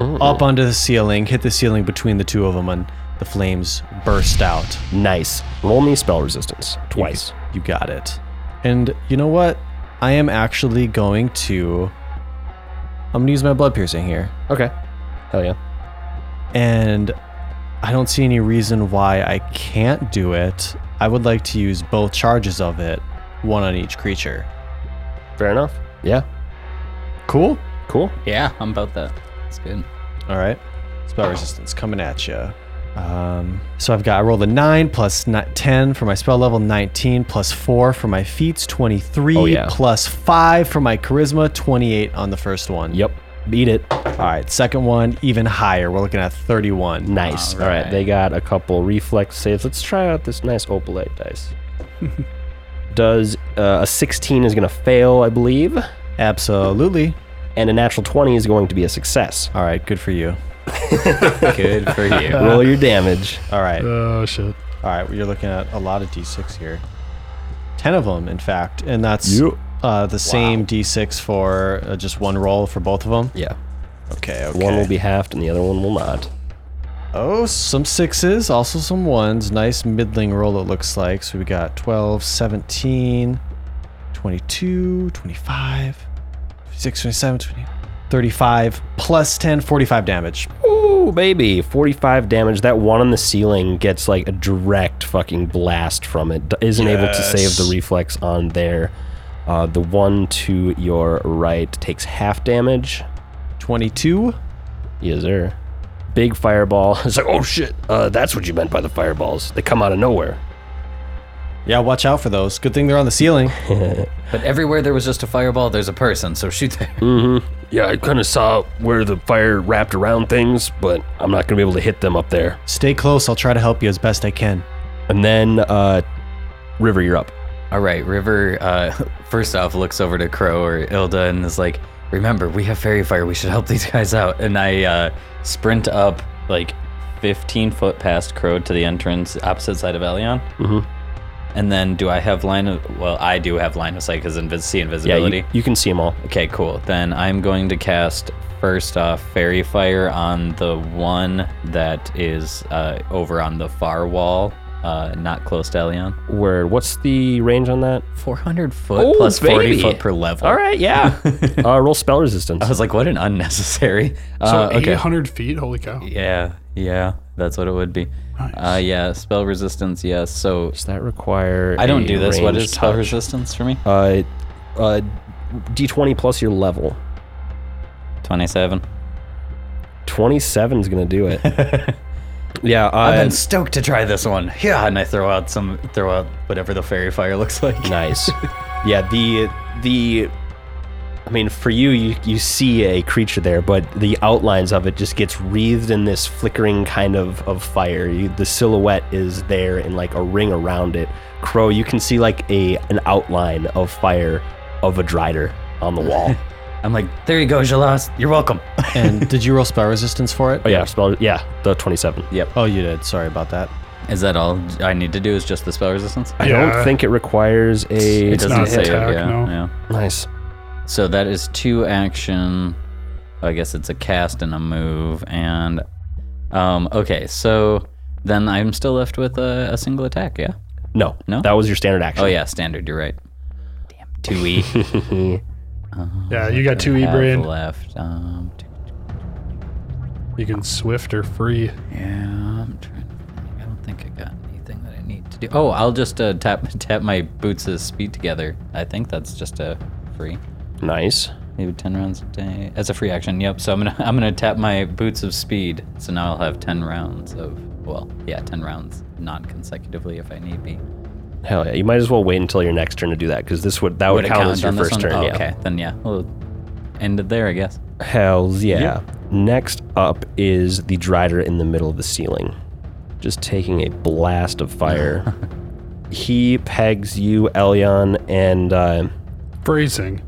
B: up onto the ceiling, hit the ceiling between the two of them, and the flames burst out.
A: Nice. Roll me spell resistance twice.
B: You got it. And you know what? I am actually going to. I'm going to use my blood piercing here.
A: Okay. Hell yeah.
B: And I don't see any reason why I can't do it. I would like to use both charges of it, one on each creature.
A: Fair enough. Yeah.
B: Cool.
A: Cool.
C: Yeah, I'm about that. It's good.
B: All right. Spell resistance coming at you. Um, so I've got, I rolled a 9 plus ni- 10 for my spell level, 19 plus 4 for my feats, 23
A: Oh, yeah.
B: plus 5 for my charisma, 28 on the first one.
A: Yep. Beat it.
B: All right. Second one, even higher. We're looking at 31.
A: Nice. All right.
C: Alright.
A: They got a couple reflex saves. Let's try out this nice opalite dice. Does uh, a 16 is going to fail, I believe,
B: Absolutely.
A: and a natural 20 is going to be a success.
B: All right. Good for you.
C: Good for you.
A: Roll your damage.
B: All right.
D: Oh shit.
B: All right, you're looking at a lot of d6 here. Ten of them, in fact, and that's
A: Yep.
B: uh, the same d6 for uh, just one roll for both of them.
A: Yeah.
B: Okay, okay.
A: One will be halved and the other one will not.
B: oh, some sixes, also some ones. Nice middling roll, it looks like. So we got 12, 17, 22, 25, 26, 27, 20, 35, plus 10, 45 damage.
A: Ooh, baby. 45 damage. That one on the ceiling gets like a direct fucking blast from it. D- Isn't able to save the reflex on there. Uh, the one to your right takes half damage.
B: 22.
A: Yes, sir. Big fireball. It's like, oh shit, uh, that's what you meant by the fireballs. They come out of nowhere.
B: Yeah, watch out for those. Good thing they're on the ceiling.
C: But everywhere there was just a fireball, there's a person, so shoot there.
A: Mm. Yeah, I kind of saw where the fire wrapped around things, but I'm not gonna be able to hit them up there.
B: Stay close. I'll try to help you as best I can.
A: And then, uh, River, you're up.
C: All right, River, uh, first off, looks over to Crow or Ilda and is like, Remember, we have Fairy Fire. We should help these guys out. And I uh, sprint up like 15 foot past Crow to the entrance, opposite side of Elion. Mm-hmm. And then do I have line of. Well, I do have line of sight because invis- see
A: Yeah,
C: invisibility.
A: you, you can see them all.
C: Okay, cool. Then I'm going to cast first off fairy fire on the one that is uh, over on the far wall, uh, not close to Elion.
A: Word. What's the range on that?
C: 400 foot
A: Oh,
C: plus 40
A: baby.
C: foot per level.
A: All right, yeah. uh, roll spell resistance.
C: I was like, what an unnecessary.
D: So
C: Uh, okay.
D: 800 Oh, feet. Holy cow.
C: Yeah, yeah, that's what it would be. Uh, yeah, spell resistance. Yes. So
A: Does that require?
C: I don't
A: a
C: do this. What
A: ranged
C: is spell
A: touch?
C: resistance for me?
A: Uh, uh, d20 plus your level.
C: 27.
A: 27 is gonna do it. yeah, uh,
C: I've been stoked to try this one. Yeah, and I throw out some, throw out whatever the fairy fire looks like.
A: Nice. yeah, the the I mean, for you, you you see a creature there, but the outlines of it just gets wreathed in this flickering kind of of fire. You, the silhouette is there in like a ring around it. Crow, you can see like a an outline of fire of a drider on the wall.
C: I'm like, there you go, Jalas. You're welcome.
B: And did you roll spell resistance for it?
A: oh yeah, spell yeah, the 27.
B: Oh, you did. Sorry about that.
C: Is that all I need to do? Is just the spell resistance?
A: I
D: Yeah.
A: don't think it requires a
D: It's not an attack,
C: yeah,
D: no.
C: yeah.
A: nice.
C: So that is two action. I guess it's a cast and a move. And um, okay, so then I'm still left with a, a single attack. Yeah.
A: No,
C: No?
A: that was your standard action.
C: Oh yeah, standard. You're right. Damn, two e
D: Yeah, you got two E brain.
C: left. Um, two-
D: You can swift or free.
C: yeah, I'm trying. To think. I don't think I got anything that I need to do. Oh, I'll just uh, tap tap my boots' speed together. I think that's just a free.
A: Nice.
C: Maybe ten rounds a day as a free action. Yep. So I'm gonna I'm gonna tap my boots of speed. So now I'll have ten rounds of well, yeah, ten rounds not consecutively if I need be.
A: Hell yeah! You might as well wait until your next turn to do that because this would that would,
C: it
A: count, as your
C: on this
A: first
C: one?
A: turn.
C: Oh,
A: yeah.
C: Okay. Then yeah, we'll end it there, I guess.
A: Hells yeah. Next up is the drider in the middle of the ceiling. just taking a blast of fire. he pegs you, Elion, and uh,
D: Phrasing.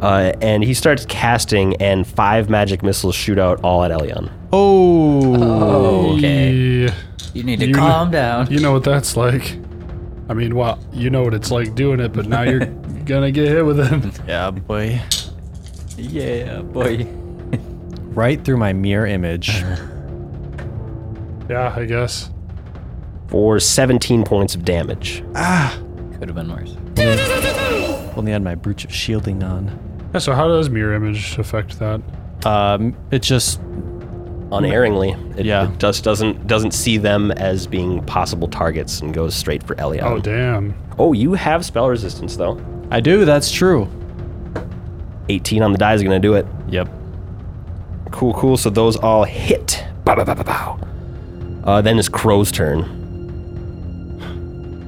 A: uh, and he starts casting, and five magic missiles shoot out all at Elion.
B: Oh,
C: Okay.
D: Yeah.
C: You need to
D: You-
C: calm down.
D: Oh, You know what that's like. I mean, well, you know what it's like doing it, but now you're gonna get hit with it.
B: yeah, boy.
C: Yeah, boy.
B: Right through my mirror image.
D: Yeah, I guess.
A: For 17 points of damage.
C: Could have been worse.
B: Only had my brooch of shielding on.
D: Yeah, so how does mirror image affect that?
B: Um, it just
A: Unerringly, it,
B: Yeah.
A: it just doesn't doesn't see them as being possible targets and goes straight for Elion.
D: Oh, damn.
A: Oh, you have spell resistance though.
B: I do, that's true.
A: 18 on the die is gonna do it.
B: Yep.
A: Cool, cool. So those all hit. Bow, bow, bow, bow, bow. Uh, then it's Crow's turn.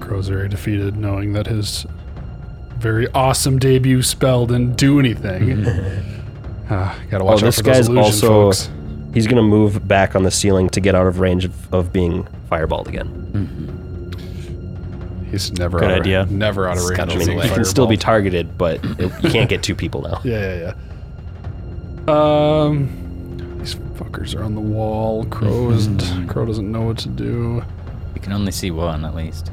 D: Crow's very defeated, knowing that his very awesome debut spell didn't do anything. Ah, gotta watch
A: oh,
D: out
A: this
D: for those
A: guy's
D: illusion
A: also.
D: folks.
A: He's gonna move back on the ceiling to get out of range of, of being fireballed again.
D: He's never
B: Good
D: out of-
B: idea.
D: never out of range.
A: I
D: of
A: mean,
D: being
A: he can still be
D: fireballed.
A: targeted, but it, you can't get two people now.
D: Yeah, yeah, yeah. Um, these fuckers are on the wall. Crow
A: Mm-hmm.
D: isn't. Crow doesn't know what to do.
C: You can only see one at least.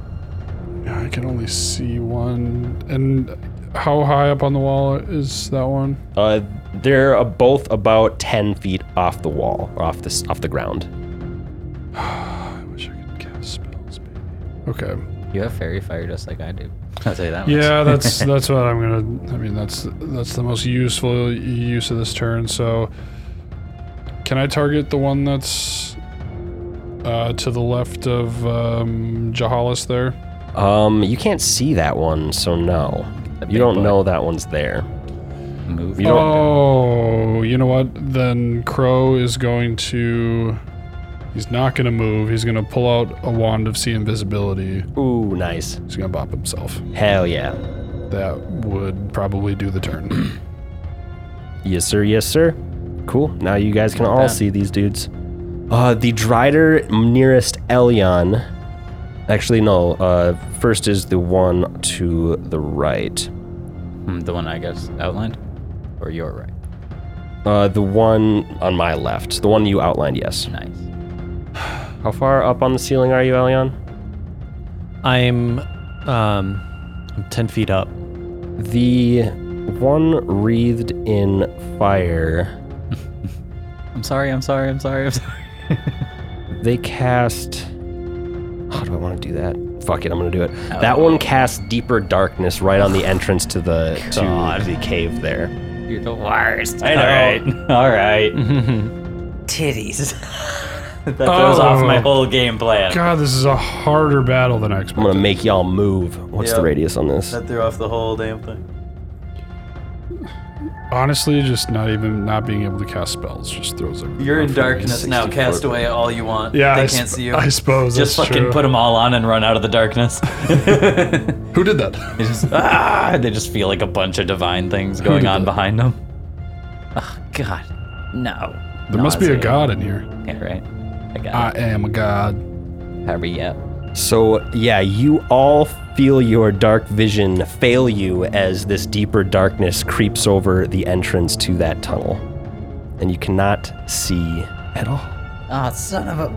D: Yeah, I can only see one. And how high up on the wall is that one?
A: Uh, they're uh, both about 10 feet off the wall or off this off the ground.
D: I wish I could cast spells. Baby. Okay.
C: You have fairy fire just like I do. I'll tell you that much.
D: Yeah, that's that's what I'm gonna. I mean, that's that's the most useful use of this turn. So, can I target the one that's uh, to the left of um, Jahalis there?
A: Um, you can't see that one, so no.
C: That
A: You
C: big
A: don't
C: boy.
A: know that one's there.
C: Move.
D: Oh, you know what? Then Crow is going to. He's not going to move. He's going to pull out a wand of sea invisibility.
A: Ooh, nice.
D: He's going to bop himself.
A: Hell yeah.
D: That would probably do the turn.
A: Yes, sir. Yes, sir. Cool. Now you guys can all
C: that.
A: see these dudes. Uh, the Drider nearest Elion. Actually, no. Uh, first is the one to the right.
C: Hmm, The one I guess outlined? Or you're right.
A: Uh, the one on my left. The one you outlined, yes.
C: Nice.
A: How far up on the ceiling are you, Elion?
B: I'm um I'm ten feet up.
A: The one wreathed in fire.
C: I'm sorry, I'm sorry, I'm sorry, I'm sorry.
A: They cast. How do I want to do that? Fuck it, I'm gonna do it.
C: Oh,
A: That one casts deeper darkness right on the entrance to the to the cave there.
C: You're the worst.
A: I know.
C: All right. Titties. that throws off my
D: Oh.
C: whole game plan.
D: God, this is a harder battle than I
A: I'm
D: expected.
A: gonna make y'all move. What's the
C: Yep.
A: radius on this?
C: threw off the whole damn thing.
D: Honestly, just not even not being able to cast spells just throws everything.
C: You're in
D: off for me.
C: darkness now.
A: 64
C: Cast away all you want.
D: Yeah,
C: they
D: I
C: can't
D: sp-
C: see you.
D: I suppose
C: Just
D: that's
C: fucking
D: true.
C: put them all on and run out of the darkness.
D: Who did that?
C: They just, ah, they just feel like a bunch of divine things going
D: did
C: on
D: that?
C: behind them. Oh, God. No.
D: There must be a
C: Nausea.
D: god in here.
C: Yeah, right. I got
D: I am a god.
C: it. Hurry up.
A: So yeah, you all feel your dark vision fail you as this deeper darkness creeps over the entrance to that tunnel, and you cannot see at all.
C: Ah, son of a.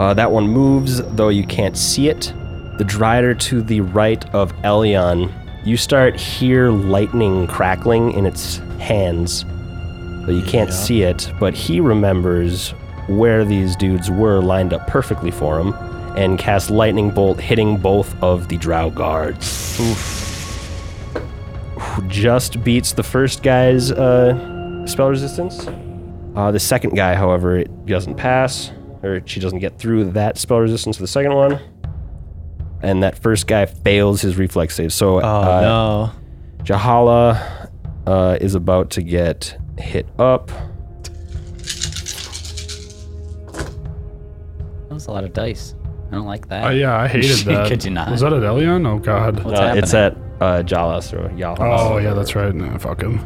A: Uh, that one moves, though you can't see it. The Drider to the right of Elion, you start hear lightning crackling in its hands, though you can't see it. But he remembers where these dudes were lined up perfectly for him, and casts lightning bolt, hitting both of the Drow guards. Oof. Just beats the first guy's uh, spell resistance. Uh, the second guy, however, it doesn't pass, or she doesn't get through that spell resistance for the second one. And that first guy fails his reflex save. So
B: Oh
A: uh,
B: no.
A: Jahala uh, is about to get hit up.
C: That was a lot of dice. I don't like that.
D: Uh, yeah, I hated that.
C: Could you not?
D: Was that at Elion? Oh god.
C: What's
A: Uh, it's
C: happening?
A: at uh, Jalas or Yalas.
D: Oh, yeah, that's right. Nah, fuck him.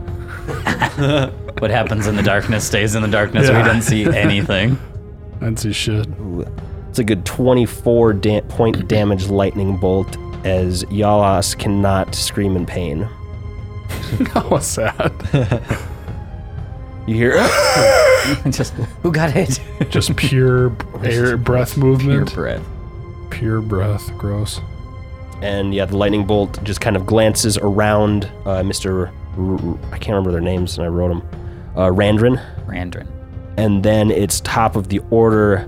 C: What happens in the darkness stays in the darkness.
D: Yeah.
C: We don't see anything.
D: I didn't see shit.
A: It's a good 24 da- point damage lightning bolt as Yalas cannot scream in pain.
D: That was sad.
A: You hear?
C: Just who got hit?
D: Just pure air breath
C: Your
D: movement.
C: breath.
D: Pure breath. Gross.
A: and yeah, the lightning bolt just kind of glances around uh, Mr. R- R- I can't remember their names, and I wrote them. Uh, Randrin,
C: Randrin.
A: and then it's top of the order.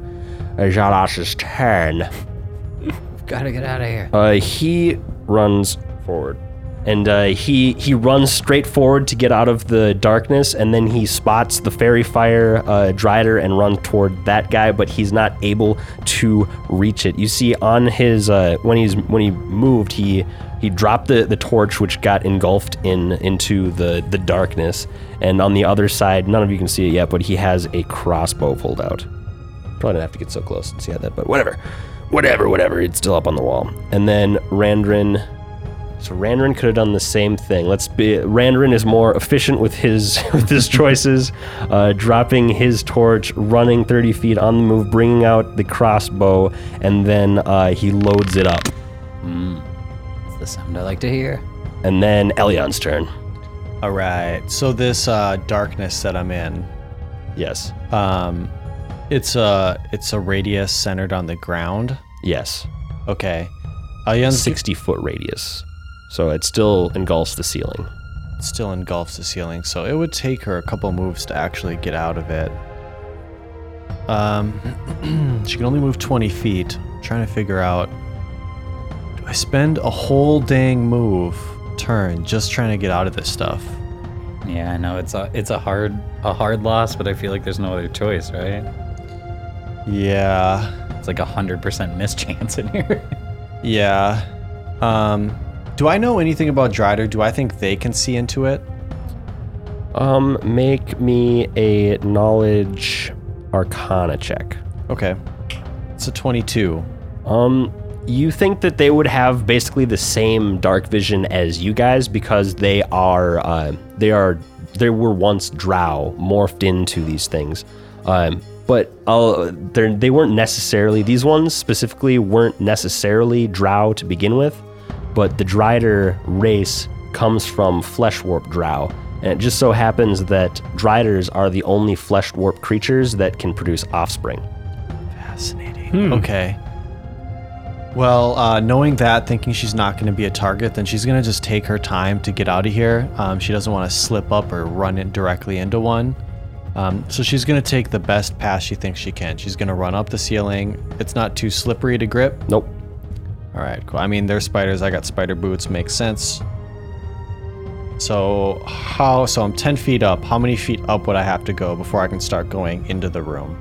A: uh, Jarash's turn.
C: Gotta get out of here.
A: Uh, he runs forward, and uh, he he runs straight forward to get out of the darkness, and then he spots the fairy fire uh, drider and runs toward that guy, but he's not able to reach it. You see, on his uh, when he's when he moved, he he dropped the, the torch, which got engulfed in into the the darkness, and on the other side, none of you can see it yet, but he has a crossbow pulled out. Probably didn't have to get so close and see how that, but whatever. Whatever, whatever. It's still up on the wall. And then Randrin. So Randrin could have done the same thing. Let's be. Randrin is more efficient with his with his choices, uh, dropping his torch, running 30 feet on the move, bringing out the crossbow, and then uh, he loads it up.
C: That's the sound I like to hear.
A: And then Elion's turn.
B: All right. So this uh, darkness that I'm in,
A: Yes.
B: um, it's a it's a radius centered on the ground.
A: Yes.
B: Okay. Uh, Alyan's
A: 60 foot radius. So it still engulfs the ceiling.
B: still engulfs the ceiling, so it would take her a couple moves to actually get out of it. Um, she can only move 20 feet. trying to figure out. Do I spend a whole dang move turn just trying to get out of this stuff?
C: Yeah, I know it's a it's a hard a hard loss, but I feel like there's no other choice, right?
B: Yeah.
C: It's like a hundred percent mischance in here.
B: Yeah. Um, do I know anything about Drider? Do I think they can see into it?
A: Um, make me a knowledge arcana check.
B: Okay. It's a 22.
A: Um, you think that they would have basically the same dark vision as you guys because they are, uh, they are, they were once drow morphed into these things. Um, but uh, they're- they weren't necessarily, these ones specifically weren't necessarily drow to begin with, but the Drider race comes from flesh warp drow. And it just so happens that Driders are the only flesh warp creatures that can produce offspring.
B: Fascinating. Okay. Well, uh, knowing that, thinking she's not going to be a target, then she's going to just take her time to get out of here. Um, she doesn't want to slip up or run in directly into one. Um, so she's going to take the best path she thinks she can. She's going to run up the ceiling. It's not too slippery to grip.
A: Nope.
B: All right, cool. I mean, they're spiders. I got spider boots. Makes sense. So how? So I'm 10 feet up. How many feet up would I have to go before I can start going into the room?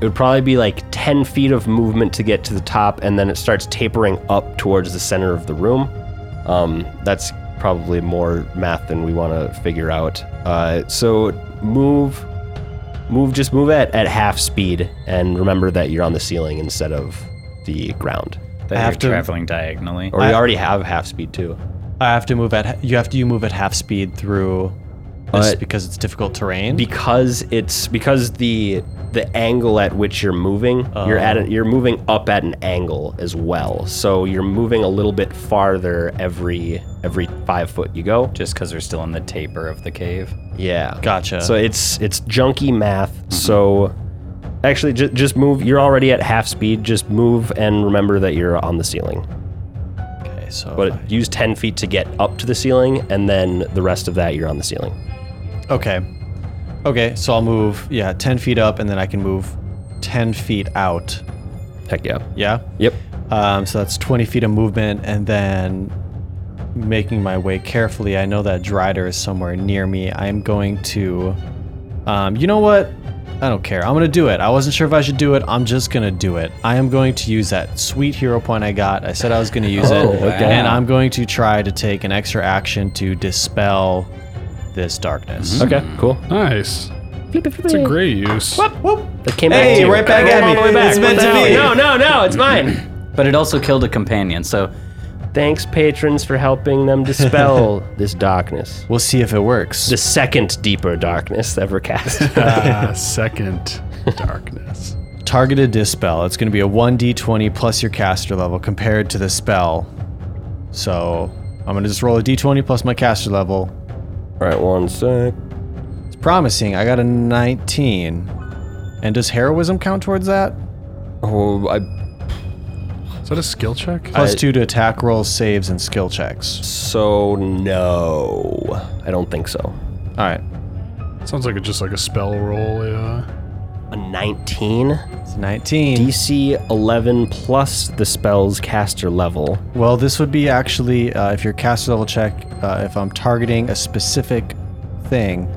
A: It would probably be like 10 feet of movement to get to the top, and then it starts tapering up towards the center of the room. Um, that's probably more math than we want to figure out. Uh, so move, move, just move at, at half speed, and remember that you're on the ceiling instead of the ground.
C: That
B: have to-
C: you're traveling diagonally.
A: Or you already have half speed too.
B: I have to move at you have to you move at half speed through this
A: Uh,
B: because it's difficult terrain.
A: because it's because the the angle at which you're moving you're at a, you're moving up at an angle as well so you're moving a little bit farther every every five foot you go
C: Just because we're still in the taper of the cave.
A: yeah
B: Gotcha.
A: so it's it's junky math so actually just, just move you're already at half speed just move and remember that you're on the ceiling
B: okay, so
A: but use 10 feet to get up to the ceiling and then the rest of that you're on the ceiling
B: okay. Okay, so I'll move yeah, 10 feet up and then I can move 10 feet out.
A: heck yeah
B: Yeah?
A: yep
B: Um, so that's 20 feet of movement and then making my way carefully. I know that Drider is somewhere near me. I am going to um, you know what? I don't care. I'm going to do it. I wasn't sure if I should do it. I'm just going to do it. I am going to use that sweet hero point I got. I said I was going to use
A: Oh,
B: it.
A: okay.
B: And I'm going to try to take an extra action to dispel this darkness.
A: okay cool
D: Nice. It's a great use.
A: that came back to
B: Hey,
A: you.
B: right back at me. It's meant to be.
A: no, no, no, it's mine.
C: But it also killed a companion, so
A: Thanks, patrons, for helping them dispel this darkness.
B: We'll see if it works.
A: The second deeper darkness ever cast.
D: Ah, second darkness.
B: targeted dispel. It's going to be a 1d20 plus your caster level compared to the spell. So I'm going to just roll a d20 plus my caster level.
A: All right, one sec.
B: It's promising. I got a 19. And does heroism count towards that?
A: Oh, I,
D: Is that a skill check?
B: Plus
A: I-
B: two to attack rolls, saves, and skill checks.
A: so no, I don't think so.
B: All right.
D: Sounds like it's just like a spell roll. Yeah.
A: A 19
B: It's 19.
A: DC 11 plus the spell's caster level.
B: Well, this would be actually, uh, if your caster level check, uh, if I'm targeting a specific thing,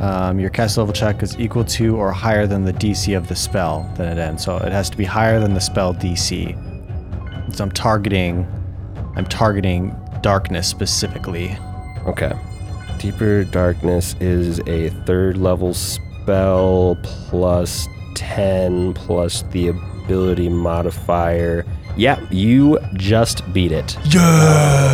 B: um, your caster level check is equal to or higher than the DC of the spell, then it ends. So it has to be higher than the spell DC. So I'm targeting, I'm targeting darkness specifically.
A: Okay. Deeper Darkness is a third level spell plus 10 plus the ability modifier. Yeah, you just beat it.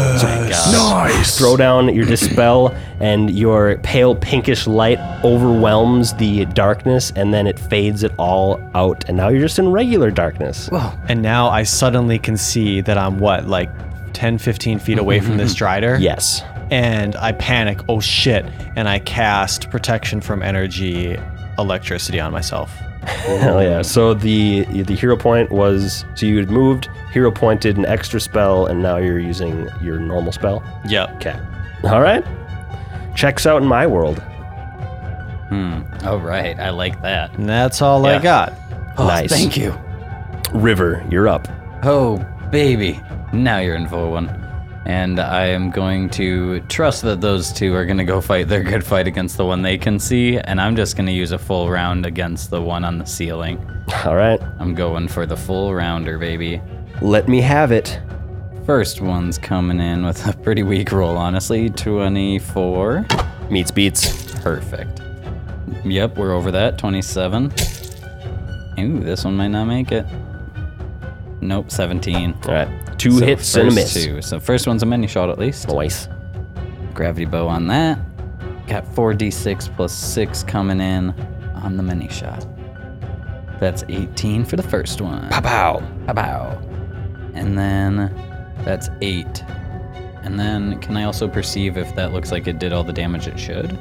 D: Nice.
A: Throw down your dispel, and your pale pinkish light overwhelms the darkness, and then it fades it all out. And now you're just in regular darkness.
B: And now I suddenly can see that I'm what, like 10, 15 feet away from this Strider?
A: Yes.
B: and I panic. Oh shit! And I cast protection from energy, electricity on myself.
A: Hell yeah! So the the hero point was so you had moved, hero point did an extra spell, and now you're using your normal spell.
B: Yep.
A: Okay. All right. Checks out in my world.
C: All oh, right, I like that.
B: And that's all I
C: Yeah.
B: got.
A: nice.
C: Thank you.
A: River, you're up.
C: Oh, baby. Now you're in for one. And I am going to trust that those two are going to go fight their good fight against the one they can see, and I'm just going to use a full round against the one on the ceiling.
A: All right.
C: I'm going for the full rounder, baby.
A: Let me have it.
C: First one's coming in with a pretty weak roll, honestly. 24.
A: Meets beats.
C: Perfect. Yep, we're over that. 27. Ooh, this one might not make it. Nope, 17.
A: All right. Two
C: So
A: hits and a
C: first
A: miss.
C: Two. So first one's a mini shot at least.
A: Nice.
C: Gravity bow on that. Got 4d6 plus 6 coming in on the mini shot. That's 18 for the first one.
A: Pow.
C: Bow. And then that's 8. And then can I also perceive if that looks like it did all the damage it should?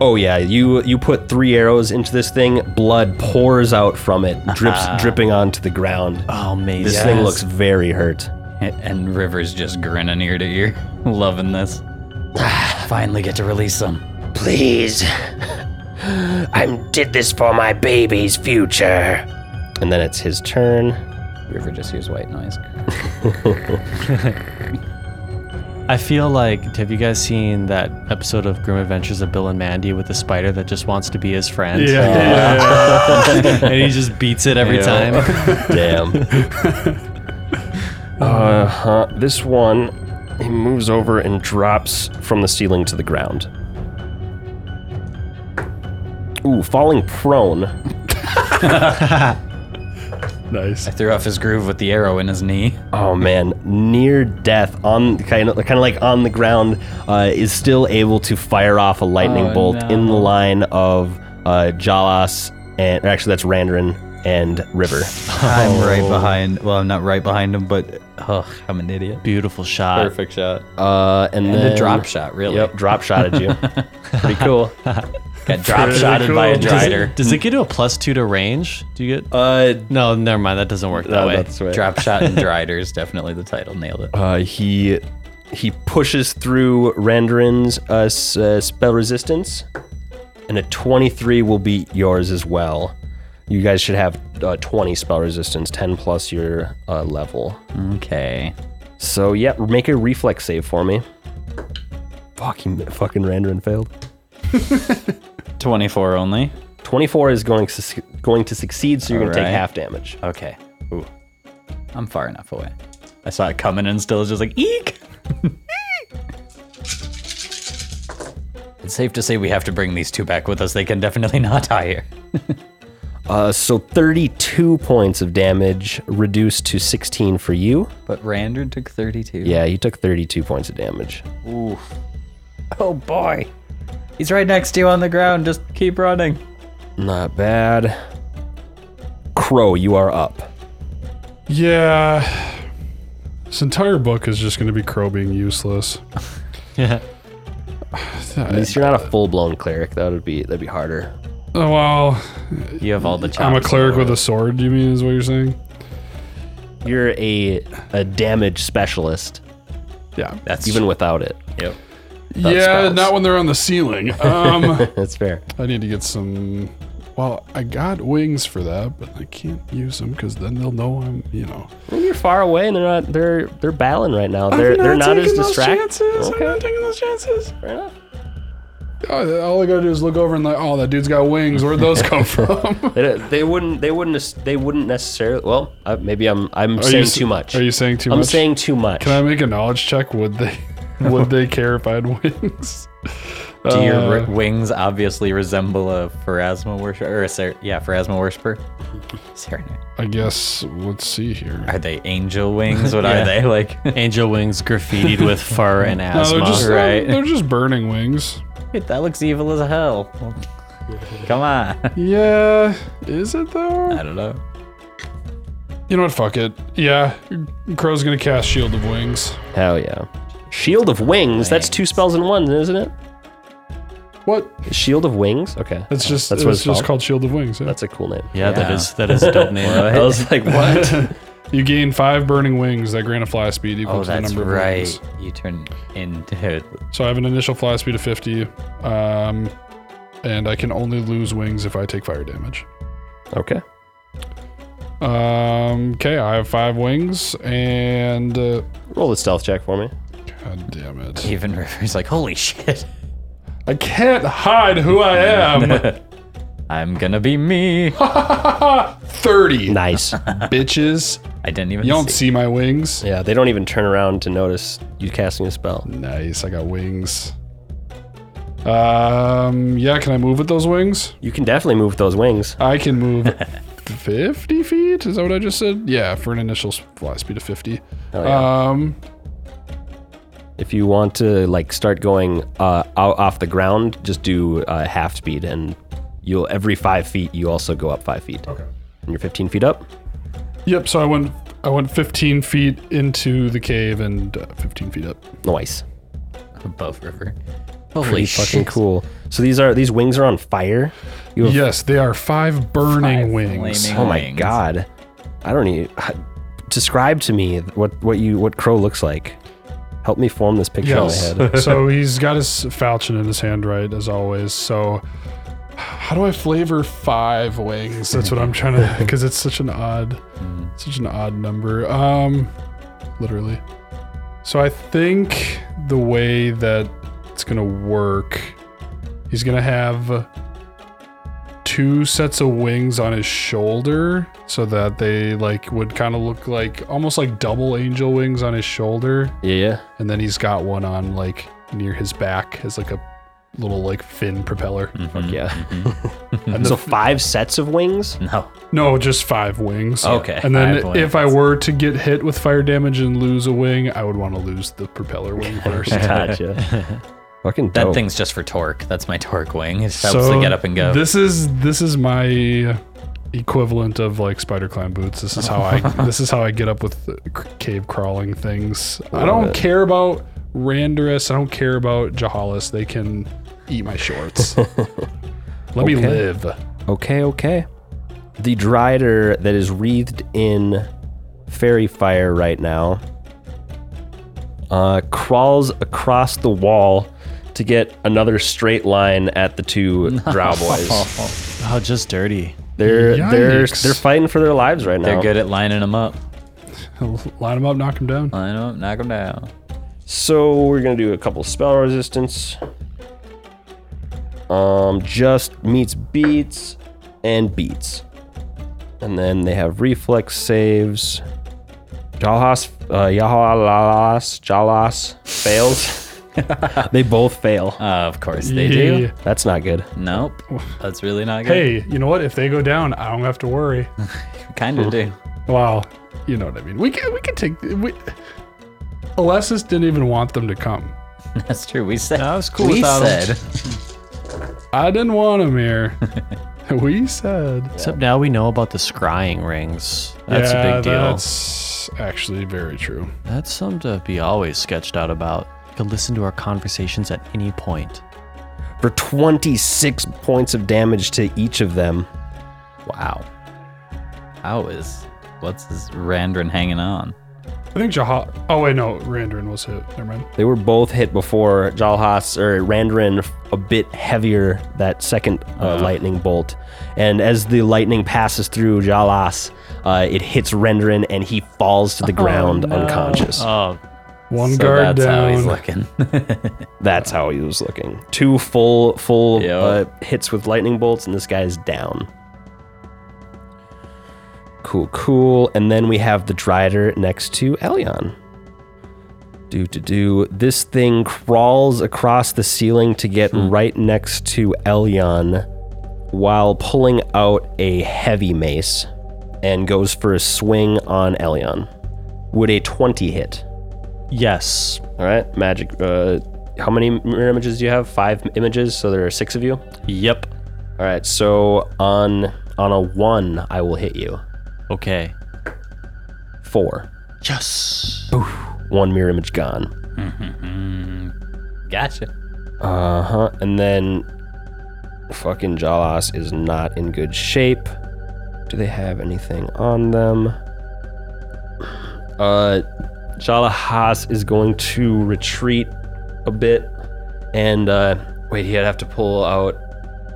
A: Oh yeah, you you put three arrows into this thing. Blood pours out from it, drips dripping onto the ground.
B: Oh, amazing.
A: This thing looks very hurt.
C: And River's just grinning ear to ear, loving this. Finally get to release them.
E: Please. I did this for my baby's future.
A: And then it's his turn.
C: River just used white noise.
B: I feel like have you guys seen that episode of Grim Adventures of Bill and Mandy with the spider that just wants to be his friend?
D: Yeah. yeah, yeah.
B: and he just beats it every time.
A: Damn. uh huh. This one, he moves over and drops from the ceiling to the ground. Ooh, falling prone.
D: nice.
C: I threw off his groove with the arrow in his knee.
A: Oh man, near death on kind of kind of like on the ground uh, is still able to fire off a lightning
C: Oh,
A: bolt
C: no.
A: in the line of uh, Jalas and or actually that's Randrin and River.
C: I'm right behind. Well, I'm not right behind him, but ugh, I'm an idiot.
B: Beautiful shot.
C: shot.
A: Uh, and,
C: And
A: then
C: a drop shot, really.
A: Yep, drop shotted you. Pretty cool.
C: Got drop shotted
D: cool.
C: by a
D: Does it-
C: drider.
B: Does it get to a plus two to range? Do you get?
A: Uh,
B: no, never mind. That doesn't work that way.
A: right.
C: Drop shot and drider is definitely the title. Nailed it.
A: Uh, he he pushes through Rendrin's uh, s- uh, spell resistance, and a 23 will beat yours as well. You guys should have uh, 20 spell resistance, 10 plus your uh, level.
C: Uh-huh. Okay.
A: So yeah, make a reflex save for me. Fucking fucking Rendrin failed.
C: 24 only.
A: 24 is going su- going to succeed, so you're gonna take
C: Alright.
A: half damage.
C: Okay. Ooh. I'm far enough away. I saw it coming and still was just like, eek! it's safe to say we have to bring these two back with us. They can definitely not hire.
A: Uh, so 32 points of damage reduced to 16 for you.
C: But Randor took 32.
A: Yeah, you took 32 points of damage.
C: Oh boy. He's right next to you on the ground. Just keep running.
A: Not bad. Crow, you are up.
D: Yeah. This entire book is just going to be Crow being useless.
B: Yeah.
A: At least you're not a full blown cleric. That would be that'd be harder.
D: Oh, well,
C: You have all the chops.
D: I'm a cleric with a sword, you mean, is what you're saying?
A: You're a a damage specialist,
D: Yeah.
C: That's
A: even without it.
C: Yep.
D: yeah,
A: spells.
D: not when they're on the ceiling. Um,
A: That's fair.
D: I need to get some. Well, I got wings for that, but I can't use them because then they'll know I'm, you know.
A: Well, you're far away, and they're not. They're they're battling right now. They're they're not as distracted.
D: I'm not taking those chances. Oh, all I gotta do is look over and like, oh, that dude's got wings. Where'd those come from?
A: They, don't- they wouldn't. They wouldn't. as- They wouldn't necessarily. Well, uh, maybe I'm. I'm
D: you
A: saying
D: s-
A: too much.
D: Are you saying too
A: I'm
D: much?
A: saying too much.
D: Can I make a knowledge check? Would they would they care if I had wings?
C: Do your
D: Uh,
C: ri- wings obviously resemble a Pharasma worshiper? Or a Ser- yeah, Pharasma worshiper. Serenade.
D: I guess let's see here.
C: Are they angel wings? What
B: Yeah.
C: are they like? Oh,
B: Angel wings graffitied with fur and
D: No,
B: asthma.
D: they're just they're-
C: right.
D: they're just burning wings.
C: that looks evil as hell. Come on.
D: Yeah, is it though?
A: Uh,
C: I don't know.
D: You know what? Fuck it. Yeah, Crow's gonna cast Shield of Wings.
A: Hell yeah. Shield of wings. That's two spells in one, isn't it?
D: What?
A: Shield of wings. Okay.
D: It's just
A: That's
D: it's
A: what
D: just
A: it's called.
D: called Shield of Wings. yeah.
A: That's a cool name.
B: yeah, that
C: Yeah.
B: is that is a dope name.
A: I was like, what?
D: you gain five burning wings that grant a fly speed equal
C: Oh,
D: to the
C: that's
D: number of
C: right.
D: wings.
C: You turn into.
D: So I have an initial fly speed of fifty, um, and I can only lose wings if I take fire damage.
A: okay.
D: Um, okay, I have five wings, and uh,
A: Roll a stealth check for me.
D: god damn it,
C: Even River's like, holy shit.
D: I can't hide who I am.
C: I'm gonna be me.
D: Thirty
A: Nice.
D: bitches,
C: I didn't even
D: you don't
C: see.
D: see my wings.
A: yeah, they don't even turn around to notice you casting a spell.
D: Nice, I got wings. Um, yeah, can I move with those wings?
A: You can definitely move those wings.
D: I can move fifty feet. Is that what I just said? Yeah, for an initial s- fly speed of fifty.
A: Hell Oh, yeah.
D: Um,
A: if you want to like start going uh, out off the ground, just do uh, half speed, and you'll every five feet you also go up five feet. Okay. And you're 15 feet up.
D: yep. So I went I went fifteen feet into the cave and uh, fifteen feet up.
A: Nice.
C: above River.
A: Pretty fucking cool. So these are these wings are on fire. You have,
D: Yes, they are five burning wings.
A: Oh my god. I don't need. Describe to me what what you what crow looks like. Help me form this picture
D: Yes.
A: in my head.
D: so he's got his falchion in his hand, right, as always. So how do I flavor five wings? That's what I'm trying to because it's such an odd such an odd number. Um literally. So I think the way that it's gonna work, he's gonna have two sets of wings on his shoulder so that they like would kind of look like almost like double angel wings on his shoulder
A: Yeah, yeah.
D: and then he's got one on like near his back as like a little like fin propeller.
C: Mm-hmm.
A: Fuck yeah. so five sets of wings?
C: No.
D: No, just five wings.
C: Okay,
D: And then
C: five
D: if I were to get hit with fire damage and lose a wing, I would want to lose the propeller wing first.
A: Gotcha. fucking
C: That
A: dope.
C: thing's just for torque. That's my torque wing. It helps
D: so
C: to get up and go.
D: This is this is my equivalent of like spider climb boots. This is how I this is how I get up with the c- cave crawling things. I don't care about Randoris. I don't care about Jahalis. They can eat my shorts. Let me
A: Okay.
D: live.
A: Okay, okay. The drider that is wreathed in fairy fire right now uh, crawls across the wall to get another straight line at the two drow boys.
B: Oh, just dirty.
A: They're they're
D: Yikes.
A: they're fighting for their lives right now.
C: They're good at lining them up.
D: Line them up, knock them down.
C: Line them up, knock them down.
A: So we're gonna do a couple spell resistance. Um, just meets beats and beats, and then they have reflex saves. Jalas, uh, Jahalas, Jalas fails. They both fail.
C: Uh, of course they do.
D: Yeah.
A: That's not good.
C: Nope. That's really not good.
D: Hey, you know what? If they go down, I don't have to worry.
C: Kind of do.
D: Wow, you know what I mean. We can we can take. We, Alessis didn't even want them to come.
C: That's true. We said.
B: That was cool
C: We
B: without 'em.
C: said.
D: I didn't want them here. we said.
B: Except now we know about the scrying rings. That's a
D: Yeah,
B: big deal. That's...
D: That's actually very true.
B: something to be always sketched out about. You can listen to our conversations at any point.
A: For 26 points of damage to each of them.
C: Wow. How is what's his Randrin hanging on?
D: I think Jaha. Oh wait, no, Randrin was hit. Never mind.
A: They were both hit before Jalhas or Randrin a bit heavier that second uh, lightning bolt. And as the lightning passes through Jalhas, uh, it hits Rendrin and he falls to the ground unconscious.
B: Oh,
D: One
C: so
D: guard
C: that's how he's
D: down.
C: looking.
A: That's how he was looking. Two full full
C: Yeah.
A: uh, hits with lightning bolts, and this guy's down. Cool, cool. And then we have the Drider next to Elion. Do to do. This thing crawls across the ceiling to get right next to Elion, while pulling out a heavy mace, and goes for a swing on Elion. Would a twenty hit?
B: yes.
A: All right, magic. Uh, how many mirror images do you have? Five images, so there are six of you. All
B: Yep.
A: right, so on on a one, I will hit you.
B: Okay.
A: Four,
B: Yes.
A: one mirror image gone.
C: gotcha.
A: Uh huh. And then, fucking Jalas is not in good shape. Do they have anything on them? Uh, Jalahas is going to retreat a bit, and uh, wait, he'd have to pull out.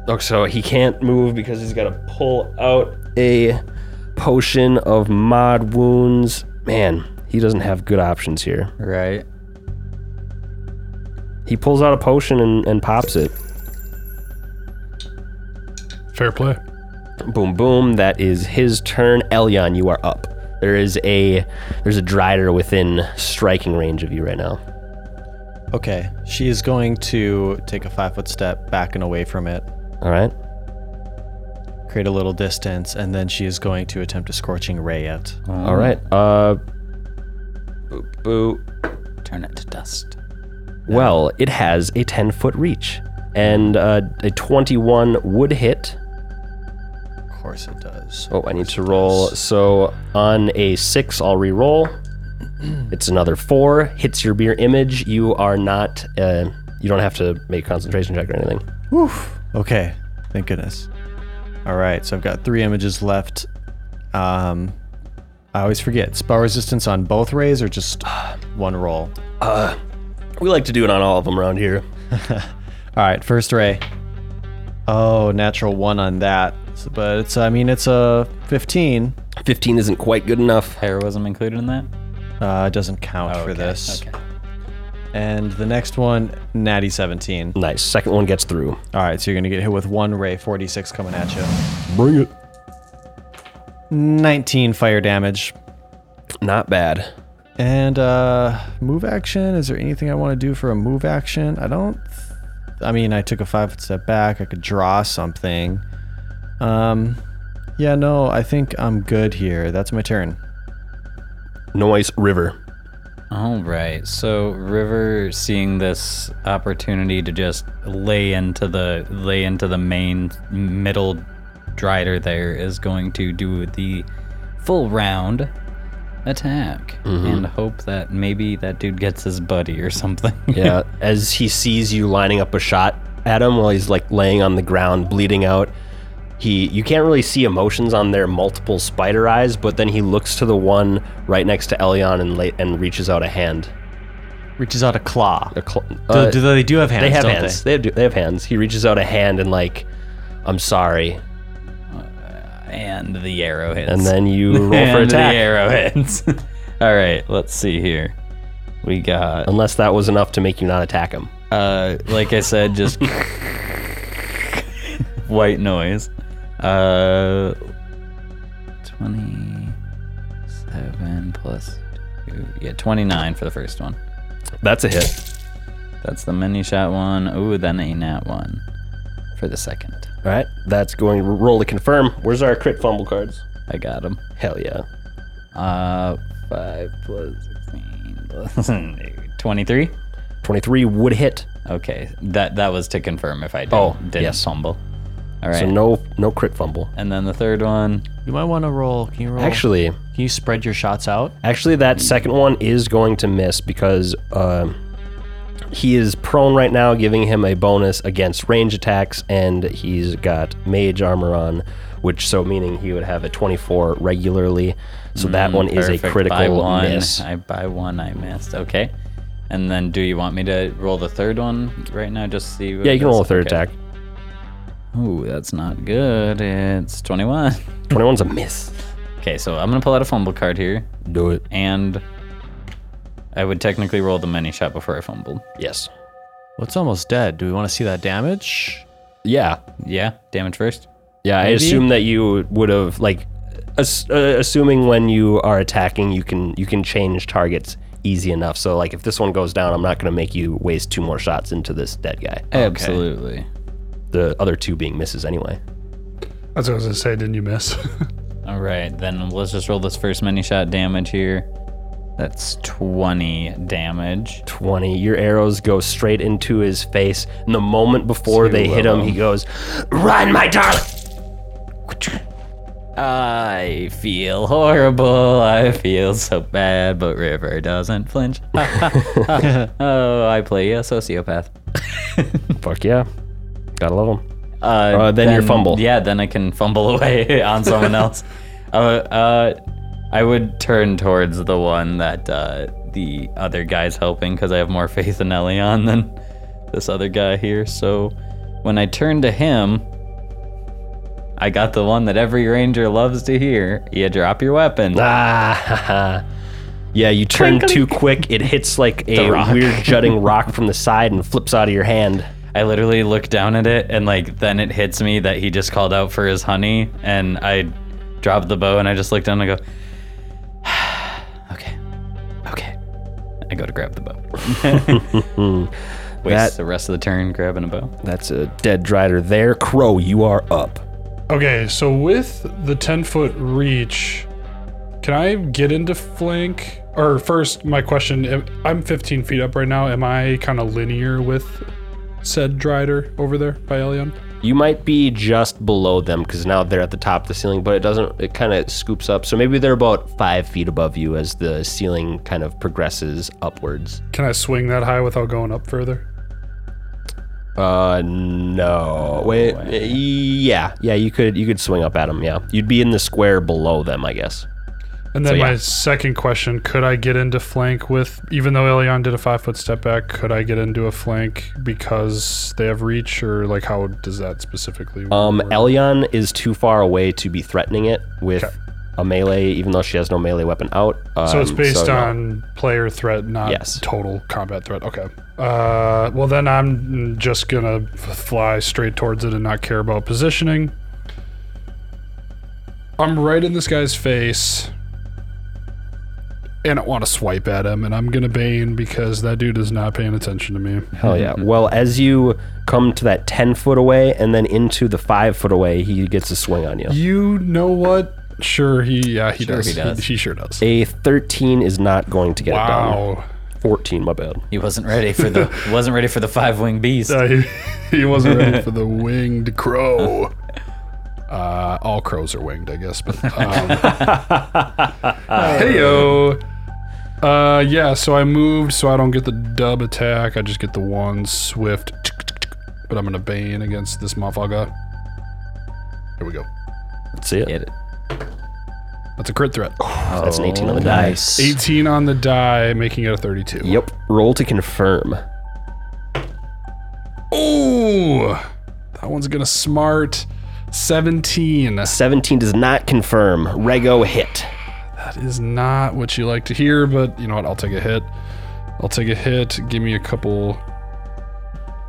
A: Oh, so he can't move because he's got to pull out a potion of mod wounds. Man, he doesn't have good options here.
C: Right.
A: He pulls out a potion and, and pops it.
D: Fair play.
A: Boom, boom. That is his turn. Elyon, you are up. There is a there's a drider within striking range of you right now.
B: Okay. She is going to take a five foot step back and away from it,
A: All right.
B: create a little distance, and then she is going to attempt a scorching ray at.
A: All right. Uh. Boo. boo.
C: Turn it to dust.
A: Well, it has a 10 foot reach, and uh, a 21 would hit.
B: Of course it does.
A: Oh, I need to roll. So on a six, I'll re-roll. It's another four. Hits your mirror image. You are not. Uh, you don't have to make a concentration check or anything.
B: Okay, thank goodness. All right, so I've got three images left. Um, I always forget spell resistance on both rays or just one roll.
A: We like to do it on all of them around here.
B: All right, first ray. Oh, natural one on that, So- but it's I mean it's a 15.
A: 15 isn't quite good enough.
C: Heroism included in that?
B: Uh, it doesn't count for
C: Okay,
B: this.
C: Okay.
B: And the next one, natty 17.
A: Nice. Second one gets through.
B: All right, so you're gonna get hit with one ray, 46 coming at you.
D: Bring it.
B: 19 fire damage.
A: Not bad.
B: And uh move action, is there anything I want to do for a move action? I don't I mean, I took a 5 foot step back. I could draw something. Um yeah, no, I think I'm good here. That's my turn.
A: Noise River.
C: All right. So River seeing this opportunity to just lay into the lay into the main middle drider there is going to do the full round attack
A: Mm-hmm.
C: and hope that maybe that dude gets his buddy or something.
A: Yeah. As he sees you lining up a shot at him while he's like laying on the ground, bleeding out. He, you can't really see emotions on their multiple spider eyes, but then he looks to the one right next to Elyon and la- and reaches out a hand.
B: Reaches out a claw.
A: A cl-
B: Do-
A: uh,
B: do they, they do have hands,
A: they have
B: don't
A: hands. They? have they have hands. He reaches out a hand and like, I'm sorry,
C: and the arrow hits.
A: and then you roll for
C: And
A: attack.
C: the arrow hits. All right. Let's see here. We got
A: Unless that was enough to make you not attack him.
C: uh, like I said, just white noise. Uh, twenty-seven plus two, yeah, twenty-nine for the first one.
A: That's a hit.
C: That's the mini shot one. Ooh, then a nat one for the second.
A: All right, that's going to roll to confirm. Where's our crit fumble cards?
C: I got him.
A: Hell yeah.
C: Uh, 5 plus 16 plus 23.
A: 23 would hit.
C: Okay, that that was to confirm if I did,
A: Oh,
C: didn't
A: yes.
C: fumble. All right.
A: So no no crit fumble.
C: and then the third one.
B: You might want to roll. Can you roll?
A: Actually,
B: can you spread your shots out?
A: actually that second one is going to miss because um, he is prone right now, giving him a bonus against range attacks, and he's got mage armor on, which so meaning he would have a 24 regularly. So that one is a
C: Mm, Perfect. By
A: critical
C: one.
A: miss.
C: I by one I missed. Okay. And then do you want me to roll the third one right now? Just see. what
A: yeah, you can
C: it
A: roll a
C: is?
A: third
C: Okay.
A: attack.
C: Ooh, that's not good. It's 21.
A: 21's a miss.
C: Okay, so I'm gonna pull out a fumble card here,
A: Do it.
C: and I would technically roll the mini shot before I fumbled.
A: Yes.
B: Well, it's almost dead. Do we want to see that damage?
A: Yeah.
C: Yeah, damage first.
A: Yeah, I assume that you would have like, ass- uh, assuming when you are attacking, you can you can change targets easy enough. So like, if this one goes down, I'm not going to make you waste two more shots into this dead guy.
C: Absolutely.
A: The other two being misses anyway.
D: That's what I was gonna say. Didn't you miss?
C: All right, then let's just roll this first mini shot damage here. That's 20 damage.
A: Twenty. Your arrows go straight into his face, and the moment before they hit him, he goes, "Run, my darling!"
C: I feel horrible. I feel so bad, but River doesn't flinch. oh, I play a sociopath.
A: Fuck yeah, gotta love him.
C: Uh,
A: then your fumble.
C: Yeah, then I can fumble away on someone else. uh, uh, I would turn towards the one that uh, the other guy's helping because I have more faith in Elion than this other guy here. So when I turn to him, I got the one that every ranger loves to hear. You drop your weapon.
A: Ah, yeah, you turn too quick. It hits like a
C: rock.
A: weird jutting rock from the side and flips out of your hand.
C: I literally looked down at it and like then it hits me that he just called out for his honey and I dropped the bow and I just looked down and I go Okay. Okay. I go to grab the bow. Waste
A: That-
C: the rest of the turn grabbing a bow.
A: That's a dead drider there. Crow, you are up.
D: okay, so with the ten foot reach, can I get into flank? Or first, my question: am- I'm 15 feet up right now. Am I kind of linear with said Drider over there by Elion?
A: You might be just below them because now they're at the top of the ceiling, but it doesn't, it kind of scoops up. So maybe they're about five feet above you as the ceiling kind of progresses upwards.
D: Can I swing that high without going up further?
A: Uh, no. Wait, yeah. Yeah, you could, you could swing up at them. Yeah. You'd be in the square below them, I guess.
D: And then
A: yeah.
D: my second question: Could I get into flank with, even though Elion did a five foot step back, could I get into a flank because they have reach, or like how does that specifically?
A: Um,
D: work?
A: Elion is too far away to be threatening it with
D: Okay.
A: a melee, even though she has no melee weapon out. Um,
D: so it's based
A: no.
D: on player threat, not
A: Yes.
D: total combat threat. Okay. Uh, well then I'm just gonna fly straight towards it and not care about positioning. I'm right in this guy's face. And I want to swipe at him, and I'm gonna bane because that dude is not paying attention to me.
A: Hell Oh, yeah. Well, as you come to that 10 foot away and then into the 5 foot away, he gets a swing on you.
D: You know what? Sure, he yeah he does.
C: he does.
D: He, he sure does.
A: A 13 is not going to get it
D: Wow.
A: done. 14, my bad.
C: He wasn't ready for the wasn't ready for the five wing beast.
D: Uh, he, he wasn't ready for the winged crow. Uh, all crows are winged, I guess. But um, heyo. Uh, yeah. So I moved, so I don't get the dub attack. I just get the one swift. But I'm gonna bane against this motherfucker. Here we go.
A: That's it.
C: Get it.
D: That's a crit threat.
A: That's an 18 on the
C: Oh.
A: die.
B: Nice.
D: 18 on the die, making it a 32.
A: Yep. Roll to confirm.
D: Ooh, that one's gonna smart. 17.
A: 17 does not confirm. Rego hit.
D: That is not what you like to hear, but you know what? I'll take a hit. I'll take a hit. Give me a couple.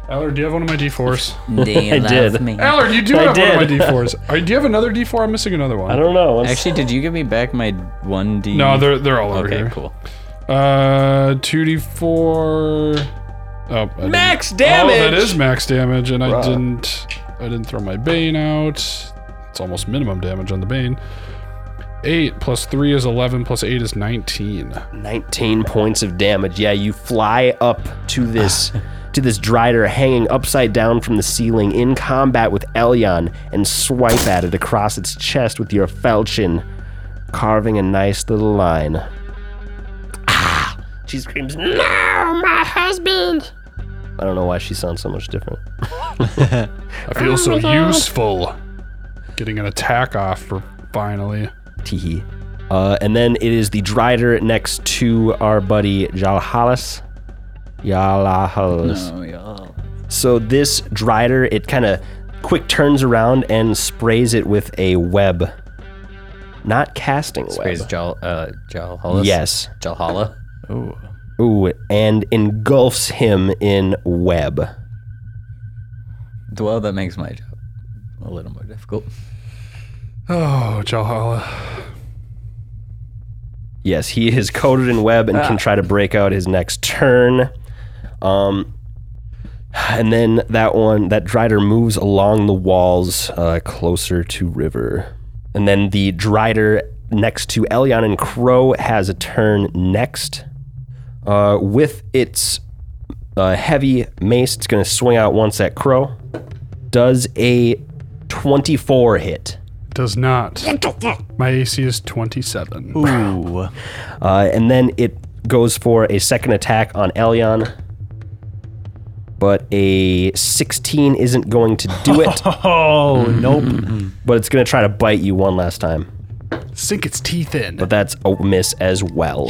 D: Allard, do you have one of my D4s?
A: I did.
D: Allard, you do
A: I
D: have one of my
A: did.
D: D4s. Are, do you have another D4? I'm missing another one.
A: I don't know. Let's-
C: Actually, did you give me back my one D?
D: no, they're, they're all over
C: okay.
D: here.
C: Cool.
D: Uh, 2D4. Oh, I didn't-
B: Max damage.
D: Oh, that is max damage, and I
A: Bruh.
D: didn't. I didn't throw my bane out. It's almost minimum damage on the bane. Eight plus three is eleven. Plus eight is nineteen.
A: 19 points of damage. Yeah, you fly up to this to this drider hanging upside down from the ceiling in combat with Elyon and swipe at it across its chest with your falchion, carving a nice little line. Ah! She screams, "No, my husband!" I don't know why she sounds so much different.
D: I feel so useful. Getting an attack off for finally.
A: Teehee. Uh, and then it is the drider next to our buddy Jalhalas. Jalhalas. So this drider, it kind of quick turns around and sprays it with a web. Not casting web.
C: Praise Jal, uh, Jalhalas?
A: Yes.
C: Jalhala?
A: Ooh, and engulfs him in web.
C: Well, that makes my job a little more difficult.
D: Oh, Jalhala.
A: Yes, he is coated in web and can try to break out his next turn. Um, and then that one, that Drider moves along the walls uh, closer to River. And then the Drider next to Elyon and Crow has a turn next. Uh, with its uh, heavy mace, it's going to swing out once at Crow. Does a 24 hit?
D: Does not. My AC is twenty-seven.
B: Ooh.
A: Uh, and then it goes for a second attack on Elyon. But a 16 isn't going to do it,
B: Oh, nope.
A: but it's going to try to bite you one last time.
D: Sink its teeth in.
A: But that's a miss as well.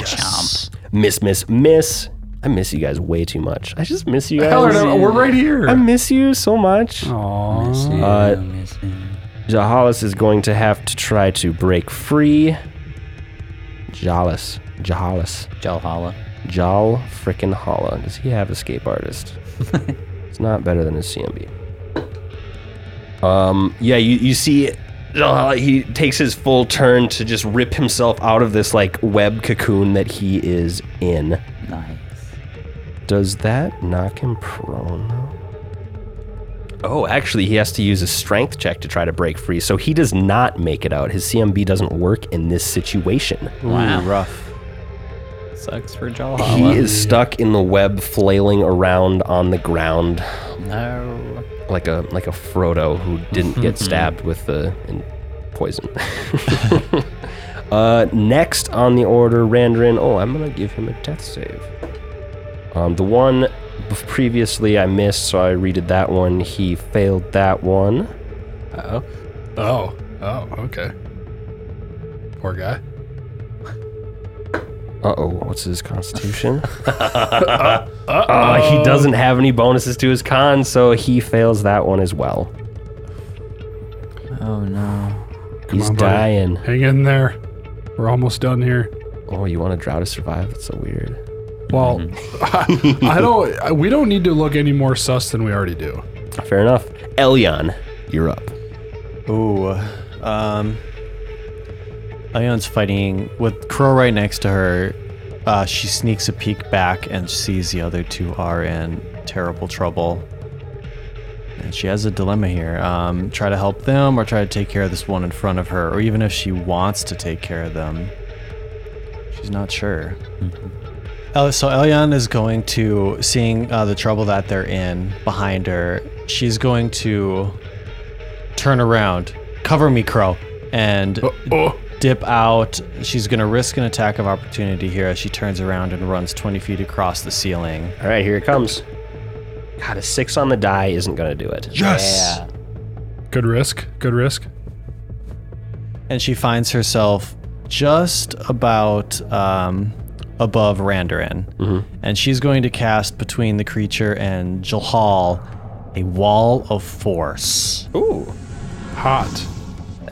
A: Miss, miss, miss. I miss you guys way too much. I just miss you guys.
D: Hell, Oh, we're right here.
A: I miss you so much.
D: Aw.
A: Uh, Jahalis is going to have to try to break free. Jahalis. Jahalis.
C: Jalhala.
A: Jal frickin' Holla. Does he have escape artist? it's not better than his CMB. Um, yeah, you, you see Jal Holla, he takes his full turn to just rip himself out of this like web cocoon that he is in.
C: Nice.
A: Does that knock him prone though? Oh, actually, he has to use a strength check to try to break free, so he does not make it out. His CMB doesn't work in this situation.
C: Wow.
B: Rough.
C: Sucks for
A: He
C: Jalhala.
A: is stuck in the web, flailing around on the ground,
C: No.
A: like a like a Frodo who didn't get stabbed with the in poison. uh, next on the order, Randrin. Oh, I'm gonna give him a death save. Um, the one bef- previously I missed, so I redid that one. He failed that one.
C: Uh-oh.
D: Oh. Oh. Okay. Poor guy.
A: Uh oh, what's his constitution? uh, he doesn't have any bonuses to his con, so he fails that one as well.
C: Oh, no.
A: He's
D: on, buddy.
A: dying.
D: Hang in there. We're almost done here.
A: Oh, you want a drow to survive? That's so weird.
D: Well, I, I don't. I, we don't need to look any more sus than we already do.
A: Fair enough. Elyon, you're up.
B: Ooh. Um. Leon's fighting with Crow right next to her. Uh, she sneaks a peek back and sees the other two are in terrible trouble. And she has a dilemma here. Um, try to help them or try to take care of this one in front of her, or even if she wants to take care of them. She's not sure. El- so Elyon is going to, seeing uh, the trouble that they're in behind her, she's going to turn around, cover me, Crow, and
D: Oh,
B: dip out. She's going to risk an attack of opportunity here as she turns around and runs 20 feet across the ceiling.
A: All right, here it comes. God, a six on the die isn't going to do it.
D: yes. Good risk. Good risk.
B: And she finds herself just about um, above Randarin. And she's going to cast between the creature and Jalhal a wall of force.
A: Ooh.
D: Hot.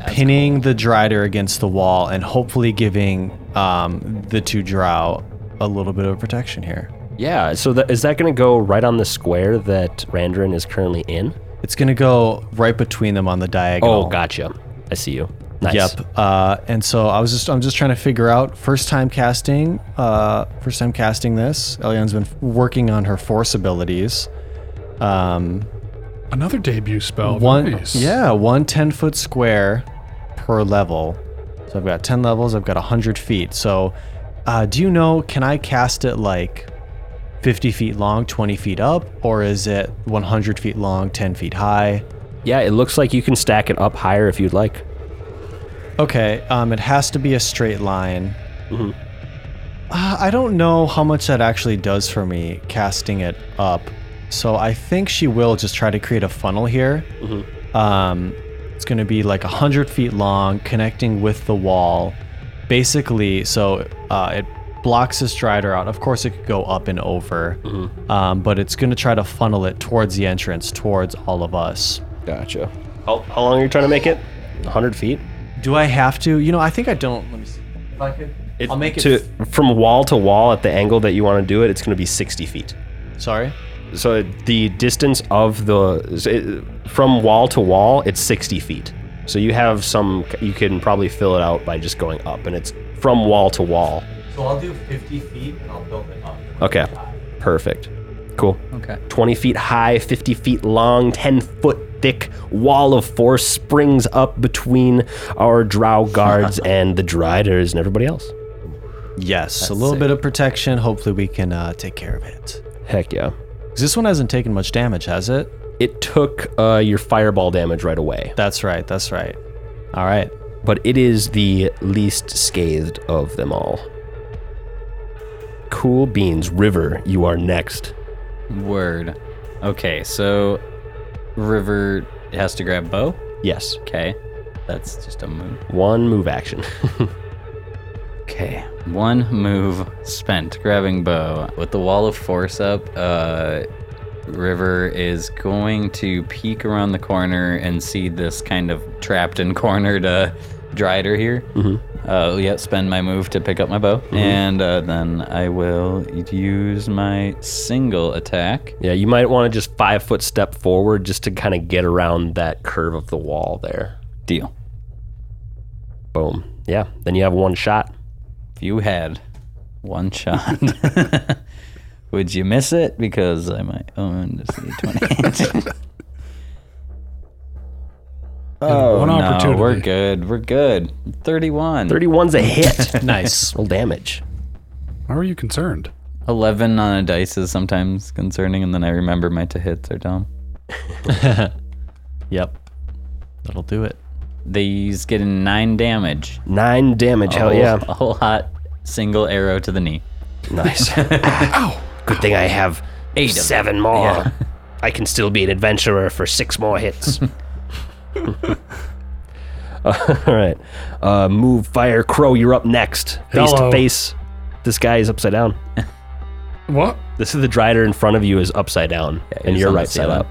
B: pinning the drider against the wall and hopefully giving um, the two drow a little bit of protection here.
A: Yeah, so that, is that going to go right on the square that Randrin is currently in? Oh,
B: It's gonna go right between them on the diagonal.
A: gotcha. I see you. Nice.
B: Yep. Uh, and so I was just I'm just trying to figure out first time casting. Uh, first time casting this. Eliane's been working on her force abilities. Um,
D: Another debut spell.
B: one
D: Oh, Nice.
B: yeah, one 10 foot square per level. So I've got 10 levels, I've got 100 feet. So uh, do you know, can I cast it like 50 feet long, 20 feet up, or is it 100 feet long, 10 feet high?
A: Yeah, it looks like you can stack it up higher if you'd like.
B: Okay, um, it has to be a straight line. Uh, I don't know how much that actually does for me casting it up, so I think she will just try to create a funnel here. Um, it's going to be like hundred feet long, connecting with the wall. Basically, so uh, it blocks the strider out. Of course, it could go up and over, um, but it's going to try to funnel it towards the entrance, towards all of us.
A: Gotcha. How, how long are you trying to make it? 100 feet?
B: Do I have to? You know, I think I don't. Let me see. If I could, I'll make it.
A: to, From wall to wall at the angle that you want to do it, it's going to be 60 feet.
B: Sorry.
A: So the distance of the so it- from wall to wall, it's 60 feet. So you have some. You can probably fill it out by just going up, and it's from wall to wall.
B: So I'll do 50 feet and I'll build it up.
A: Okay, perfect, cool.
C: Okay.
A: 20 feet high, 50 feet long, 10 foot thick wall of force springs up between our drow guards and the driders and everybody else.
B: Yes, a little
C: sick.
B: bit of protection. Hopefully, we can uh, take care of it.
A: Heck yeah.
B: 'Cause This one hasn't taken much damage, has it?
A: It took uh, your fireball damage right away,
B: That's right. That's right. All right.
A: but it is the least scathed of them all. Cool beans, River, you are next.
C: Word. Okay, so River has to grab bow.
A: Yes,
C: Okay, that's just a move.
A: one move action.
C: Okay, one move spent grabbing bow with the wall of force up. Uh, River is going to peek around the corner and see this kind of trapped and cornered uh, Drider here. Mm-hmm. Uh, yeah, spend my move to pick up my bow, and uh, then I will use my single attack.
A: yeah, you might want to just five foot step forward just to kind of get around that curve of the wall there.
C: Deal.
A: Boom. Yeah, then you have one shot.
C: If you had one shot, would you miss it? Because I might Oh, own this D20. oh,
D: One opportunity.
C: No, we're good. We're good. 31.
A: 31's a hit.
B: Nice.
A: Roll damage.
D: How are you concerned?
C: 11 on a dice is sometimes concerning, and then I remember my to hits are dumb.
B: yep. That'll do it.
C: These getting nine damage.
A: Nine damage. Hell
C: A whole-
A: yeah.
C: A whole hot single arrow to the knee.
A: Nice. Good thing I have
C: Eight of
A: seven more. I can still be an adventurer for six more hits. all right. Uh, move, fire, crow. You're up next. Face
D: Hello.
A: to face. This guy is upside down.
D: What?
A: This is the drider in front of you is upside down, and
C: he's
A: you're
C: on the
A: right side
C: ceiling.
A: up.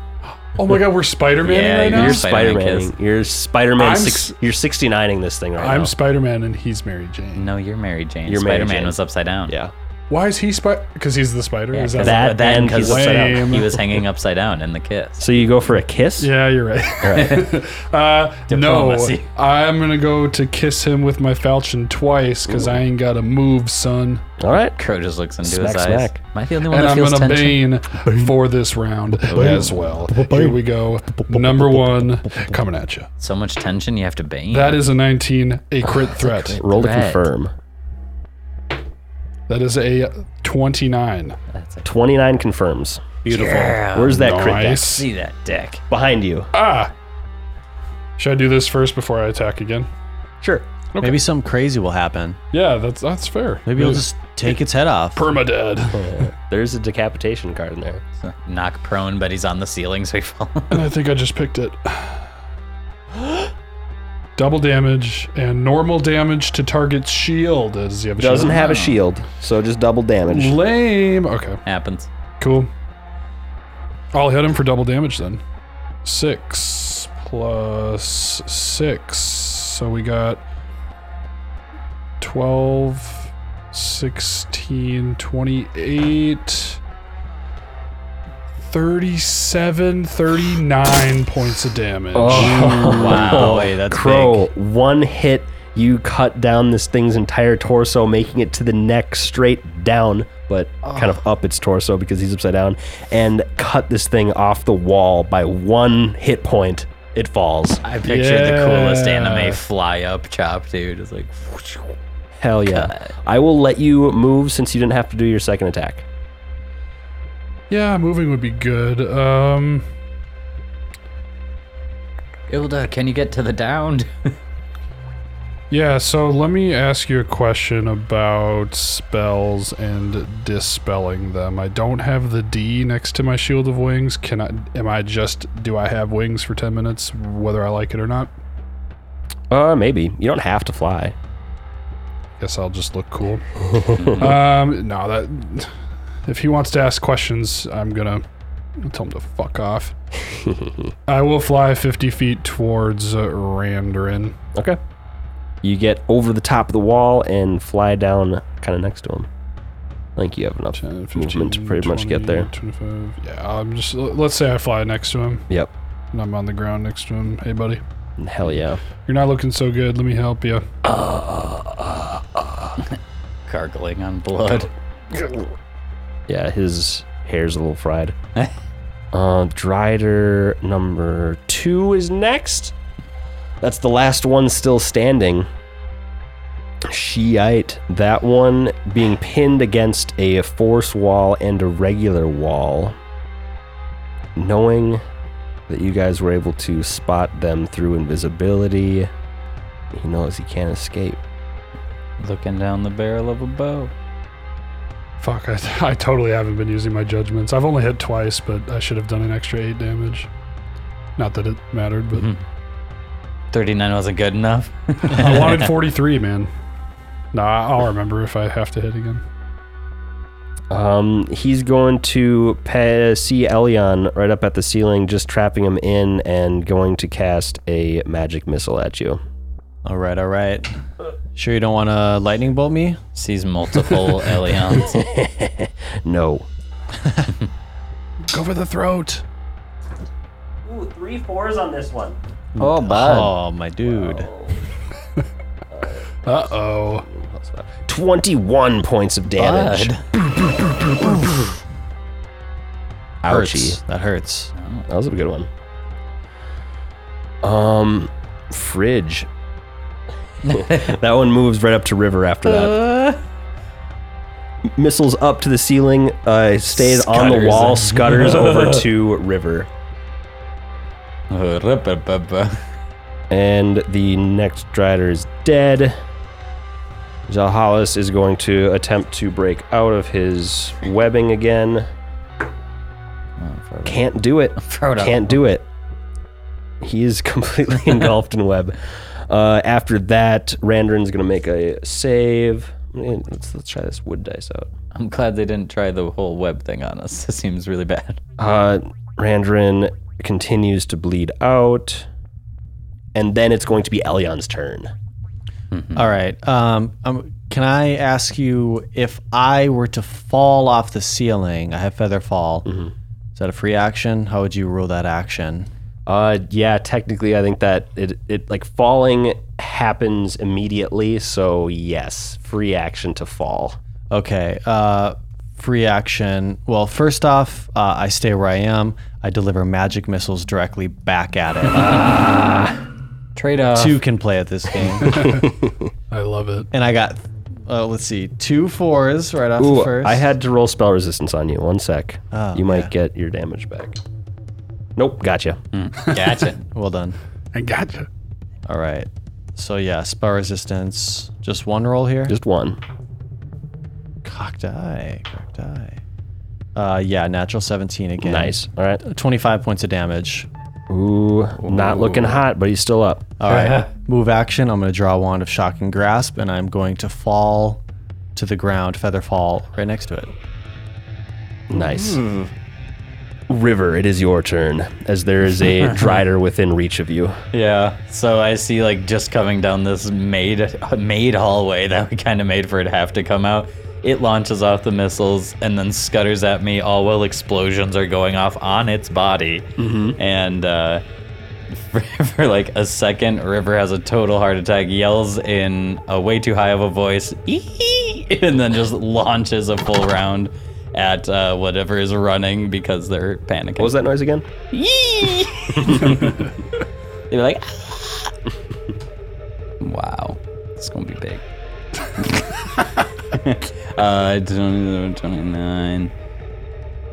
D: Oh my god, we're Spider Man
C: Yeah,
D: right
C: you're
D: now?
C: Spider- Spider-Man
A: Spider-Man. You're Spider-Man.
D: I'm
A: Six,
D: s-
A: you're 69ing this thing right
D: I'm
A: now.
D: Spider Man and he's Mary Jane.
C: No, you're Mary Jane.
A: You're Mary
C: Spider Man
A: Jane.
C: was upside down.
A: yeah.
D: Why is he Spider? Because he's the spider?
C: Yeah,
D: is that
A: That
C: then
A: and he's
D: upside down.
C: he was hanging upside down in the kiss.
A: So you go for a kiss?
D: Yeah, you're right. uh, no,
C: Diplomacy.
D: I'm gonna go to kiss him with my falchion twice because I ain't got a move, son.
A: All right.
C: Crow just looks into
A: Smack,
C: his eyes.
A: smack.
C: Am I the only one
D: And
C: that
D: I'm
C: feels
D: gonna
C: tension?
D: bane for this round as well. Here we go. Number one coming at you.
C: So much tension you have to bane.
D: That is a 19, a crit threat.
A: Roll to
C: Correct.
A: confirm.
D: That is a 29.
C: That's a
A: 29 confirms.
D: Beautiful.
A: Where's that crit deck?
D: Nice.
C: see that deck.
A: Behind you.
D: Ah. Should I do this first before I attack again?
A: Sure.
B: Maybe something crazy will happen.
D: Yeah, that's that's fair.
B: Maybe it'll just Oh. take its head off.
D: permadead.
A: There's a decapitation card in there.
C: Knock prone, but he's on the ceiling, so he falls.
D: And I think I just picked it. Double damage and normal damage to target's shield. Does he have a
A: Doesn't
D: shield?
A: have a shield, so just double damage.
D: Lame. Okay,
C: Happens.
D: cool. I'll hit him for double damage then. Six plus six. So we got 12, 16, 28, 37, 39 points of damage.
B: Oh. Wow, boy, that's
A: Crow, one hit, you cut down this thing's entire torso, making it to the neck straight down, but kind of up its torso because he's upside down, and cut this thing off the wall by one hit point. It falls.
C: I pictured the coolest
D: Yeah.
C: anime fly up chop, dude. It's like,
A: Hell yeah. I will let you move since you didn't have to do your second attack.
D: Yeah, moving would be good. Um,
C: Ilda, can you get to the downed?
D: yeah, so let me ask you a question about spells and dispelling them. I don't have the D next to my shield of wings. Can I am I just do I have wings for 10 minutes whether I like it or not?
A: Uh, maybe. You don't have to fly.
D: Guess I'll just look cool. um, no, that if he wants to ask questions, I'm gonna tell him to fuck off. I will fly 50 feet towards uh, Randarin.
A: Okay. You get over the top of the wall and fly down kind of next to him. I think you have enough
D: 10, 15,
A: movement to pretty much get there.
D: 25. Yeah, I'm just l- let's say I fly next to him
A: Yep.
D: and I'm on the ground next to him. Hey, buddy,
A: Hell yeah.
D: you're not looking so good. Let me help you.
C: Gargling on blood.
A: Yeah, his hair's a little fried. uh, Drider number two is next. That's the last one still standing. Shiite. That one being pinned against a force wall and a regular wall. Knowing that you guys were able to spot them through invisibility, he knows he can't escape.
C: Looking down the barrel of a bow.
D: Fuck, I, I totally haven't been using my judgments. I've only hit twice, but I should have done an extra eight damage. Not that it mattered, but
C: 39 wasn't good enough.
D: I wanted 43, man. Nah, I'll remember if I have to hit again.
A: Um, he's going to pe- see Elion right up at the ceiling, just trapping him in, and going to cast a magic missile at you.
B: All right, all right. Sure, you don't want to lightning bolt me?
C: Sees multiple Elions.
A: No.
D: Go for the throat.
E: Ooh, three fours on this one.
C: Oh, bud.
B: Oh, my dude.
D: Uh oh.
A: 21 points of damage.
C: Bud.
A: Ouchie.
B: Hurts. That hurts.
A: That was a good one. Um, Fridge. that one moves right up to River after that.
C: Uh.
A: Missiles up to the ceiling, uh, stays on the
C: Scutters.
A: wall, scutters over to River. And the next Drider is dead. Zalhalis is going to attempt to break out of his webbing again. Can't do it.
C: Frodo.
A: Can't do it. He is completely engulfed in web. Uh, after that, Randrin's going to make a save. Let's, let's try this wood dice out.
C: I'm glad they didn't try the whole web thing on us. It seems really bad.
A: Uh, Randrin continues to bleed out. And then it's going to be Elion's turn.
B: Mm-hmm. All right. Um, um, can I ask you if I were to fall off the ceiling? I have feather fall.
A: Mm-hmm.
B: Is that a free action? How would you rule that action?
A: Uh, yeah, technically, I think that it, it like falling happens immediately. So yes, free action to fall.
B: Okay. Uh, free action. Well, first off, uh, I stay where I am. I deliver magic missiles directly back at it.
C: Trade off.
B: Two can play at this game,
D: I love it.
B: and I got. Uh, let's see, two fours right off the
A: Ooh,
B: first.
A: I had to roll spell resistance on you. One sec.
B: Oh,
A: you might
B: yeah.
A: get your damage back. Nope, gotcha.
B: Mm-hmm.
C: Gotcha.
B: well done.
D: I gotcha.
B: All right. So yeah, spell resistance. Just one roll here.
A: Just one.
B: Cocked eye, cocked eye. Uh, yeah, natural 17 again.
A: Nice. All right.
B: 25 points of damage.
A: Ooh, not looking hot, but he's still up.
B: All right. Move action. I'm going to draw a wand of shocking grasp, and I'm going to fall to the ground, feather fall, right next to it.
A: Nice.
B: Hmm.
A: River, it is your turn, as there is a drider within reach of you.
C: Yeah. So I see like just coming down this made made hallway that we kind of made for it to have to come out. It launches off the missiles and then scutters at me, all while explosions are going off on its body.
A: Mm-hmm.
C: And uh, for, for like a second, River has a total heart attack, yells in a way too high of a voice, "Ee-hee!" and then just launches a full round at uh, whatever is running because they're panicking.
A: What was that noise again?
C: Yee! they were like, "Ah." wow, it's gonna be big. uh, 20, 29.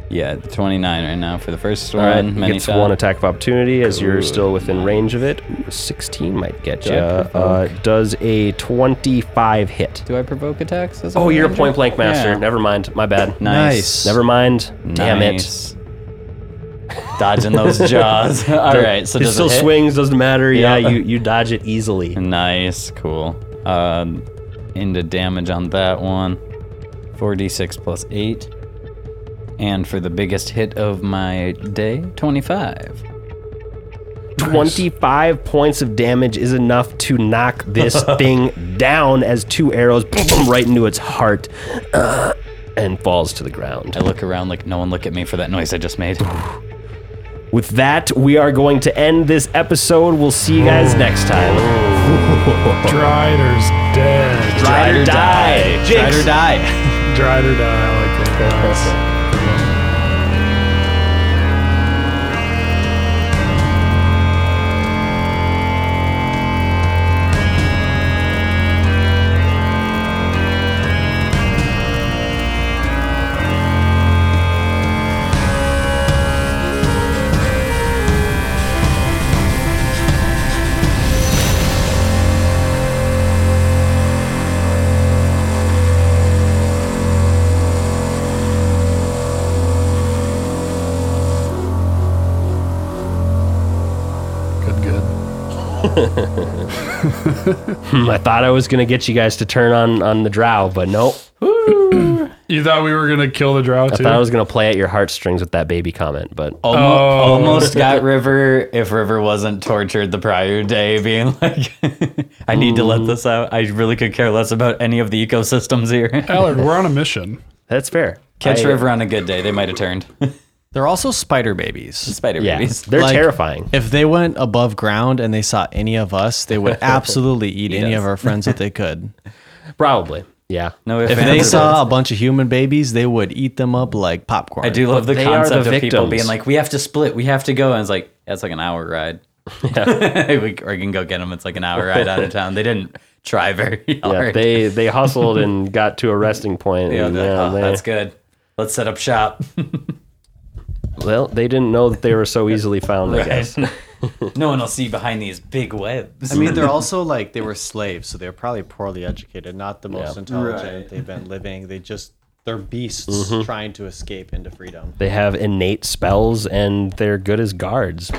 C: Yeah, 29 right now for the first one.
A: Alright,
C: many
A: Um, gets
C: shot.
A: one attack of opportunity as you're still within range of it. Ooh, 16 might get you.
C: Jack
A: Uh, does a 25 hit.
C: Do I provoke attacks? as
A: Oh, you're a
C: ranger?
A: point blank master.
C: Yeah.
A: Never mind. My bad.
C: Nice.
A: Never mind. Damn it.
C: Nice. Dodging those jaws. All right, so
A: it
C: does
A: still
C: it hit?
A: swings. Doesn't matter. Yeah,
C: Yeah.
A: you, you dodge it easily.
C: Nice, cool. Um, into damage on that one. 4d6 plus 8. And for the biggest hit of my day, 25.
A: 25 points of damage is enough to knock this thing down as two arrows boom, right into its heart uh, and falls to the ground.
C: I look around like no one look at me for that noise I just made.
A: With that, we are going to end this episode. We'll see you guys next time.
D: Dryder's dead.
A: Ride or die.
C: Ride
A: Jinx.
C: or die.
D: Dryder die. I like that. That's- Good, good.
A: Hmm, I thought I was going to get you guys to turn on, on the drow, but nope.
D: You thought we were gonna kill the drought
A: I
D: too?
A: thought I was going to play at your heartstrings with that baby comment, but
C: Almo-
D: Oh.
C: Almost got River if River wasn't tortured the prior day, being like, I need to let this out. I really could care less about any of the ecosystems here.
D: Allard, we're on a mission.
A: that's fair.
C: Catch
A: I-
C: River on a good day. They might have turned.
B: They're also spider babies.
C: Spider
A: Yeah,
C: babies.
A: they're
B: Like,
A: terrifying.
B: If they went above ground and they saw any of us, they would absolutely eat any
C: Yes.
B: of our friends that they could.
A: Probably. Yeah.
C: No,
B: If
C: ifs, ands,
B: they
C: or buts.
B: saw a bunch of human babies, they would eat them up like popcorn.
C: I do love the
A: They are
C: concept
A: the
C: of people
A: victims.
C: being like, "We have to split. We have to go." And it's like that's like an hour ride. we, or you can go get them. It's like an hour ride out of town. They didn't try very
A: Yeah,
C: hard.
A: they they hustled and got to a resting point.
C: You know,
A: and,
C: they're
A: yeah,
C: like, "Oh,
A: they-
C: that's good. Let's set up shop.
A: Well, they didn't know that they were so easily found. I guess.
C: no one will see behind these big webs.
B: I mean, they're also like they were slaves, so they're probably poorly educated, not the most intelligent. They've been living. They just they're beasts trying to escape into freedom.
A: They have innate spells and they're good as guards.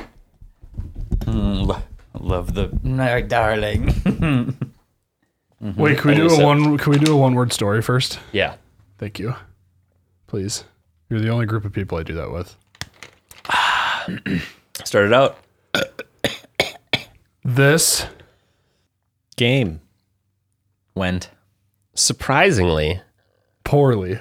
C: love the my darling.
D: Wait, can we do a one? Can we do a one-word story first?
A: Yeah.
D: Thank you. Please. You're the only group of people I do that with.
A: Started out.
D: This
B: Game.
C: Went.
A: Surprisingly,
D: poorly.